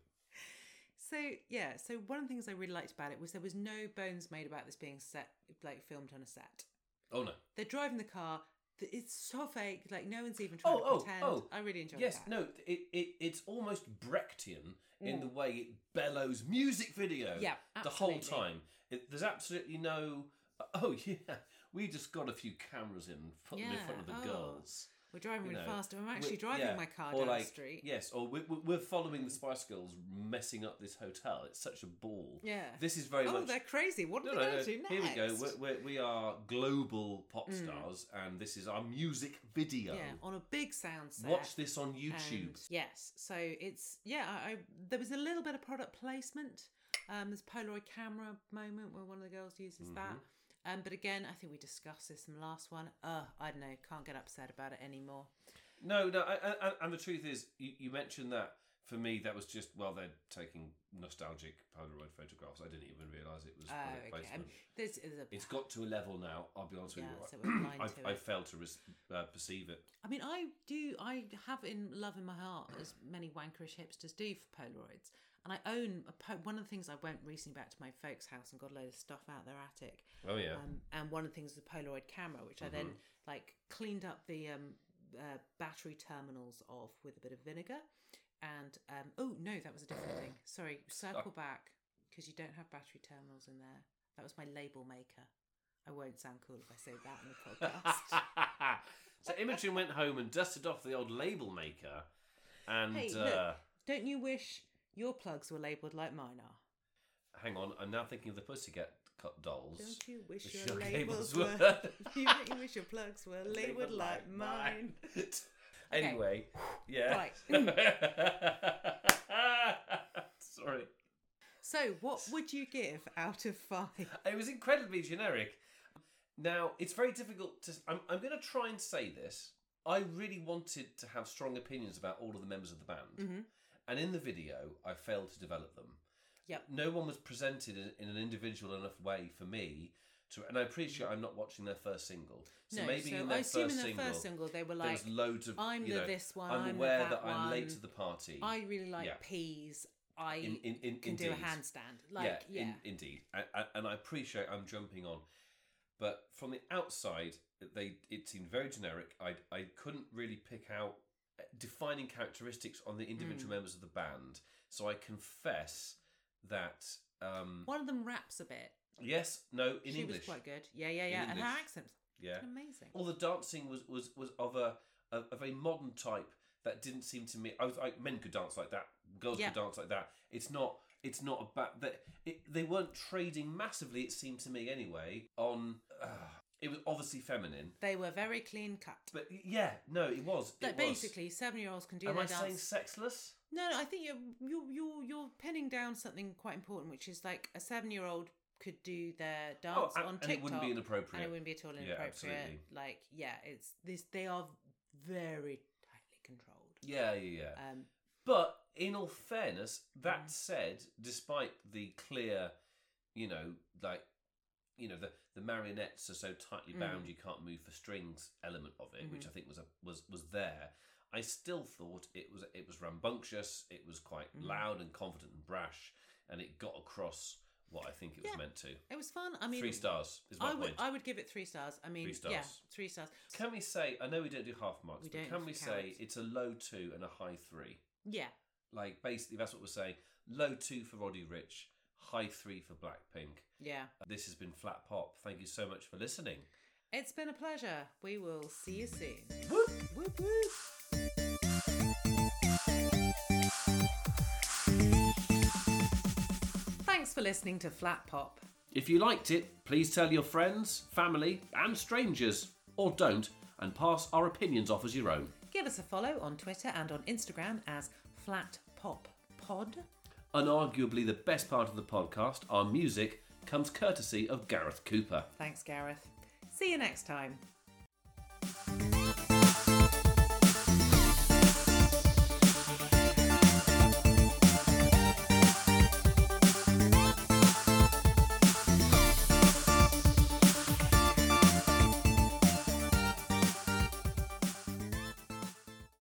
[SPEAKER 1] So yeah, so one of the things I really liked about it was there was no bones made about this being set like filmed on a set.
[SPEAKER 2] oh no,
[SPEAKER 1] They're driving the car. th- it's so fake. Like no one's even trying
[SPEAKER 2] Oh,
[SPEAKER 1] to
[SPEAKER 2] oh,
[SPEAKER 1] pretend.
[SPEAKER 2] oh.
[SPEAKER 1] I really enjoyed
[SPEAKER 2] Yes,
[SPEAKER 1] that.
[SPEAKER 2] no, it, it it's almost Brechtian in the way it bellows music video.
[SPEAKER 1] Mm. Yeah,
[SPEAKER 2] the whole
[SPEAKER 1] absolutely.
[SPEAKER 2] time. It, there's absolutely no. Oh yeah, we just got a few cameras in, put them in
[SPEAKER 1] Yeah,
[SPEAKER 2] front of the
[SPEAKER 1] oh.
[SPEAKER 2] girls.
[SPEAKER 1] We're driving
[SPEAKER 2] you
[SPEAKER 1] really
[SPEAKER 2] know,
[SPEAKER 1] fast, and I'm
[SPEAKER 2] We're-
[SPEAKER 1] actually driving
[SPEAKER 2] yeah,
[SPEAKER 1] my car
[SPEAKER 2] or
[SPEAKER 1] down
[SPEAKER 2] like-
[SPEAKER 1] the street.
[SPEAKER 2] Yes, or we're, we're- we're following the Spice Girls messing up this hotel. It's such a ball.
[SPEAKER 1] Yeah.
[SPEAKER 2] This is very
[SPEAKER 1] oh,
[SPEAKER 2] much.
[SPEAKER 1] they're crazy. What are
[SPEAKER 2] No,
[SPEAKER 1] they
[SPEAKER 2] no,
[SPEAKER 1] going
[SPEAKER 2] no.
[SPEAKER 1] to do next? Mm.
[SPEAKER 2] Here we go. We're, we're, we are global pop stars, and this is our music video.
[SPEAKER 1] yeah, on a big sound set.
[SPEAKER 2] Watch this on YouTube.
[SPEAKER 1] And yes, so it's yeah. I, I there was a little bit of product placement. Um, this Polaroid camera moment where one of the girls uses that.
[SPEAKER 2] Mm-hmm.
[SPEAKER 1] Um, but again, I think we discussed this in the last one. Uh, I don't know. Can't get upset about it anymore.
[SPEAKER 2] No, no, I, I, I- and the truth is, you, you mentioned that for me, that was just well, they're taking nostalgic Polaroid photographs. I didn't even realise it was
[SPEAKER 1] Oh, okay.
[SPEAKER 2] product
[SPEAKER 1] Um,
[SPEAKER 2] placement.
[SPEAKER 1] there's, there's a,
[SPEAKER 2] It's got to a level now. I'll be honest
[SPEAKER 1] Yeah,
[SPEAKER 2] with
[SPEAKER 1] so
[SPEAKER 2] you,
[SPEAKER 1] we're blind
[SPEAKER 2] I,
[SPEAKER 1] to
[SPEAKER 2] I
[SPEAKER 1] it.
[SPEAKER 2] failed to res- uh, perceive it.
[SPEAKER 1] I mean, I do. I have in love in my heart, as many wankerish hipsters do for Polaroids. And I own a po- one of the things I went recently back to my folks' house and got a load of stuff out their attic.
[SPEAKER 2] Oh yeah,
[SPEAKER 1] Um, and one of the things is the Polaroid camera, which I then like cleaned up the um, uh, battery terminals of with a bit of vinegar. And um, oh no, that was a different thing. Sorry, circle back because you don't have battery terminals in there. That was my label maker. I won't sound cool if I say that in the podcast.
[SPEAKER 2] so Imogen went home and dusted off the old label maker, and
[SPEAKER 1] Hey, look.
[SPEAKER 2] uh,
[SPEAKER 1] don't you wish your plugs were labelled like mine are?
[SPEAKER 2] hang on, I'm now thinking of the Pussycat Cut Dolls.
[SPEAKER 1] Don't you wish
[SPEAKER 2] Wish
[SPEAKER 1] your,
[SPEAKER 2] your
[SPEAKER 1] labels
[SPEAKER 2] cables
[SPEAKER 1] were?
[SPEAKER 2] were-
[SPEAKER 1] you, don't you wish your plugs were labelled like mine?
[SPEAKER 2] anyway, yeah.
[SPEAKER 1] Mm.
[SPEAKER 2] Sorry.
[SPEAKER 1] So, what would you give out of five?
[SPEAKER 2] It was incredibly generic. Now, it's very difficult to. I'm, I'm going to try and say this. I really wanted to have strong opinions about all of the members of the band.
[SPEAKER 1] Mm-hmm.
[SPEAKER 2] And in the video, I failed to develop them.
[SPEAKER 1] Yep.
[SPEAKER 2] No one was presented in, in an individual enough way for me to. And I appreciate I'm not watching their first single. So
[SPEAKER 1] Mm-hmm. no,
[SPEAKER 2] maybe
[SPEAKER 1] so
[SPEAKER 2] in their,
[SPEAKER 1] I assume
[SPEAKER 2] first,
[SPEAKER 1] in their
[SPEAKER 2] single,
[SPEAKER 1] first single they were
[SPEAKER 2] there
[SPEAKER 1] like,
[SPEAKER 2] was loads of.
[SPEAKER 1] I'm
[SPEAKER 2] you
[SPEAKER 1] the
[SPEAKER 2] know,
[SPEAKER 1] this one,
[SPEAKER 2] I'm
[SPEAKER 1] I'm the
[SPEAKER 2] aware
[SPEAKER 1] that
[SPEAKER 2] that, I'm late
[SPEAKER 1] one.
[SPEAKER 2] to the party.
[SPEAKER 1] I really like
[SPEAKER 2] Yeah.
[SPEAKER 1] peas. I
[SPEAKER 2] In- in- in-
[SPEAKER 1] can do a
[SPEAKER 2] indeed.
[SPEAKER 1] handstand. Like, yeah.
[SPEAKER 2] in- indeed, and, and I appreciate I'm jumping on, but from the outside, they it seemed very generic. I I couldn't really pick out uh, defining characteristics on the individual
[SPEAKER 1] Mm.
[SPEAKER 2] members of the band, so I confess that um,
[SPEAKER 1] One of them raps a bit.
[SPEAKER 2] yes, no, in
[SPEAKER 1] she
[SPEAKER 2] English,
[SPEAKER 1] was quite good. Yeah, yeah, yeah. And her
[SPEAKER 2] English.
[SPEAKER 1] accent's
[SPEAKER 2] yeah,
[SPEAKER 1] amazing.
[SPEAKER 2] all the dancing was was was of a a, a very modern type that didn't seem to me. I was like, men could dance like that, girls
[SPEAKER 1] Yeah.
[SPEAKER 2] could dance like that. It's not. It's not about that. It, they weren't trading massively. It seemed to me anyway. On uh, it was obviously feminine,
[SPEAKER 1] They were very clean cut.
[SPEAKER 2] but yeah, no, it was.
[SPEAKER 1] Like
[SPEAKER 2] it was.
[SPEAKER 1] basically, seven-year-olds can do
[SPEAKER 2] am
[SPEAKER 1] their
[SPEAKER 2] I
[SPEAKER 1] dance.
[SPEAKER 2] saying sexless?
[SPEAKER 1] No, no, I think you're you're you're you're pinning down something quite important, which is like a seven-year-old could do their dance
[SPEAKER 2] Oh, and-
[SPEAKER 1] on
[SPEAKER 2] and
[SPEAKER 1] TikTok,
[SPEAKER 2] it wouldn't be
[SPEAKER 1] and
[SPEAKER 2] inappropriate.
[SPEAKER 1] it wouldn't be at all inappropriate.
[SPEAKER 2] absolutely.
[SPEAKER 1] Like, yeah, it's this. They are very tightly controlled.
[SPEAKER 2] Yeah, yeah, yeah.
[SPEAKER 1] Um,
[SPEAKER 2] But in all fairness, that
[SPEAKER 1] Mm.
[SPEAKER 2] said, despite the clear, you know, like, you know, the, the marionettes are so tightly
[SPEAKER 1] Mm.
[SPEAKER 2] bound you can't move for strings element of it,
[SPEAKER 1] Mm-hmm.
[SPEAKER 2] which I think was a, was was there. I still thought it was it was rambunctious. It was quite
[SPEAKER 1] Mm-hmm.
[SPEAKER 2] loud and confident and brash, and it got across what I think it was
[SPEAKER 1] Yeah.
[SPEAKER 2] meant to.
[SPEAKER 1] it was fun. I mean,
[SPEAKER 2] Three stars is my
[SPEAKER 1] I
[SPEAKER 2] point.
[SPEAKER 1] would I would give it three stars. I mean,
[SPEAKER 2] Three
[SPEAKER 1] yeah,
[SPEAKER 2] stars.
[SPEAKER 1] three stars.
[SPEAKER 2] Can we say? I know we don't do half marks,
[SPEAKER 1] We
[SPEAKER 2] but
[SPEAKER 1] don't
[SPEAKER 2] can we
[SPEAKER 1] count.
[SPEAKER 2] say it's a low two and a high three?
[SPEAKER 1] Yeah,
[SPEAKER 2] Like basically, that's what we're saying. Low two for Roddy Rich, high three for Blackpink.
[SPEAKER 1] yeah.
[SPEAKER 2] This has been Flat Pop. Thank you so much for listening.
[SPEAKER 1] It's been a pleasure. We will see you soon.
[SPEAKER 2] Whoop.
[SPEAKER 1] Whoop whoop. Thanks for listening to Flat Pop.
[SPEAKER 2] If you liked it, please tell your friends, family, and strangers, or don't, and pass our opinions off as your own.
[SPEAKER 1] Give us a follow on Twitter and on Instagram as Flat Pop Pod.
[SPEAKER 2] Unarguably, the best part of the podcast, our music, comes courtesy of Gareth Cooper.
[SPEAKER 1] Thanks, Gareth. See you next time.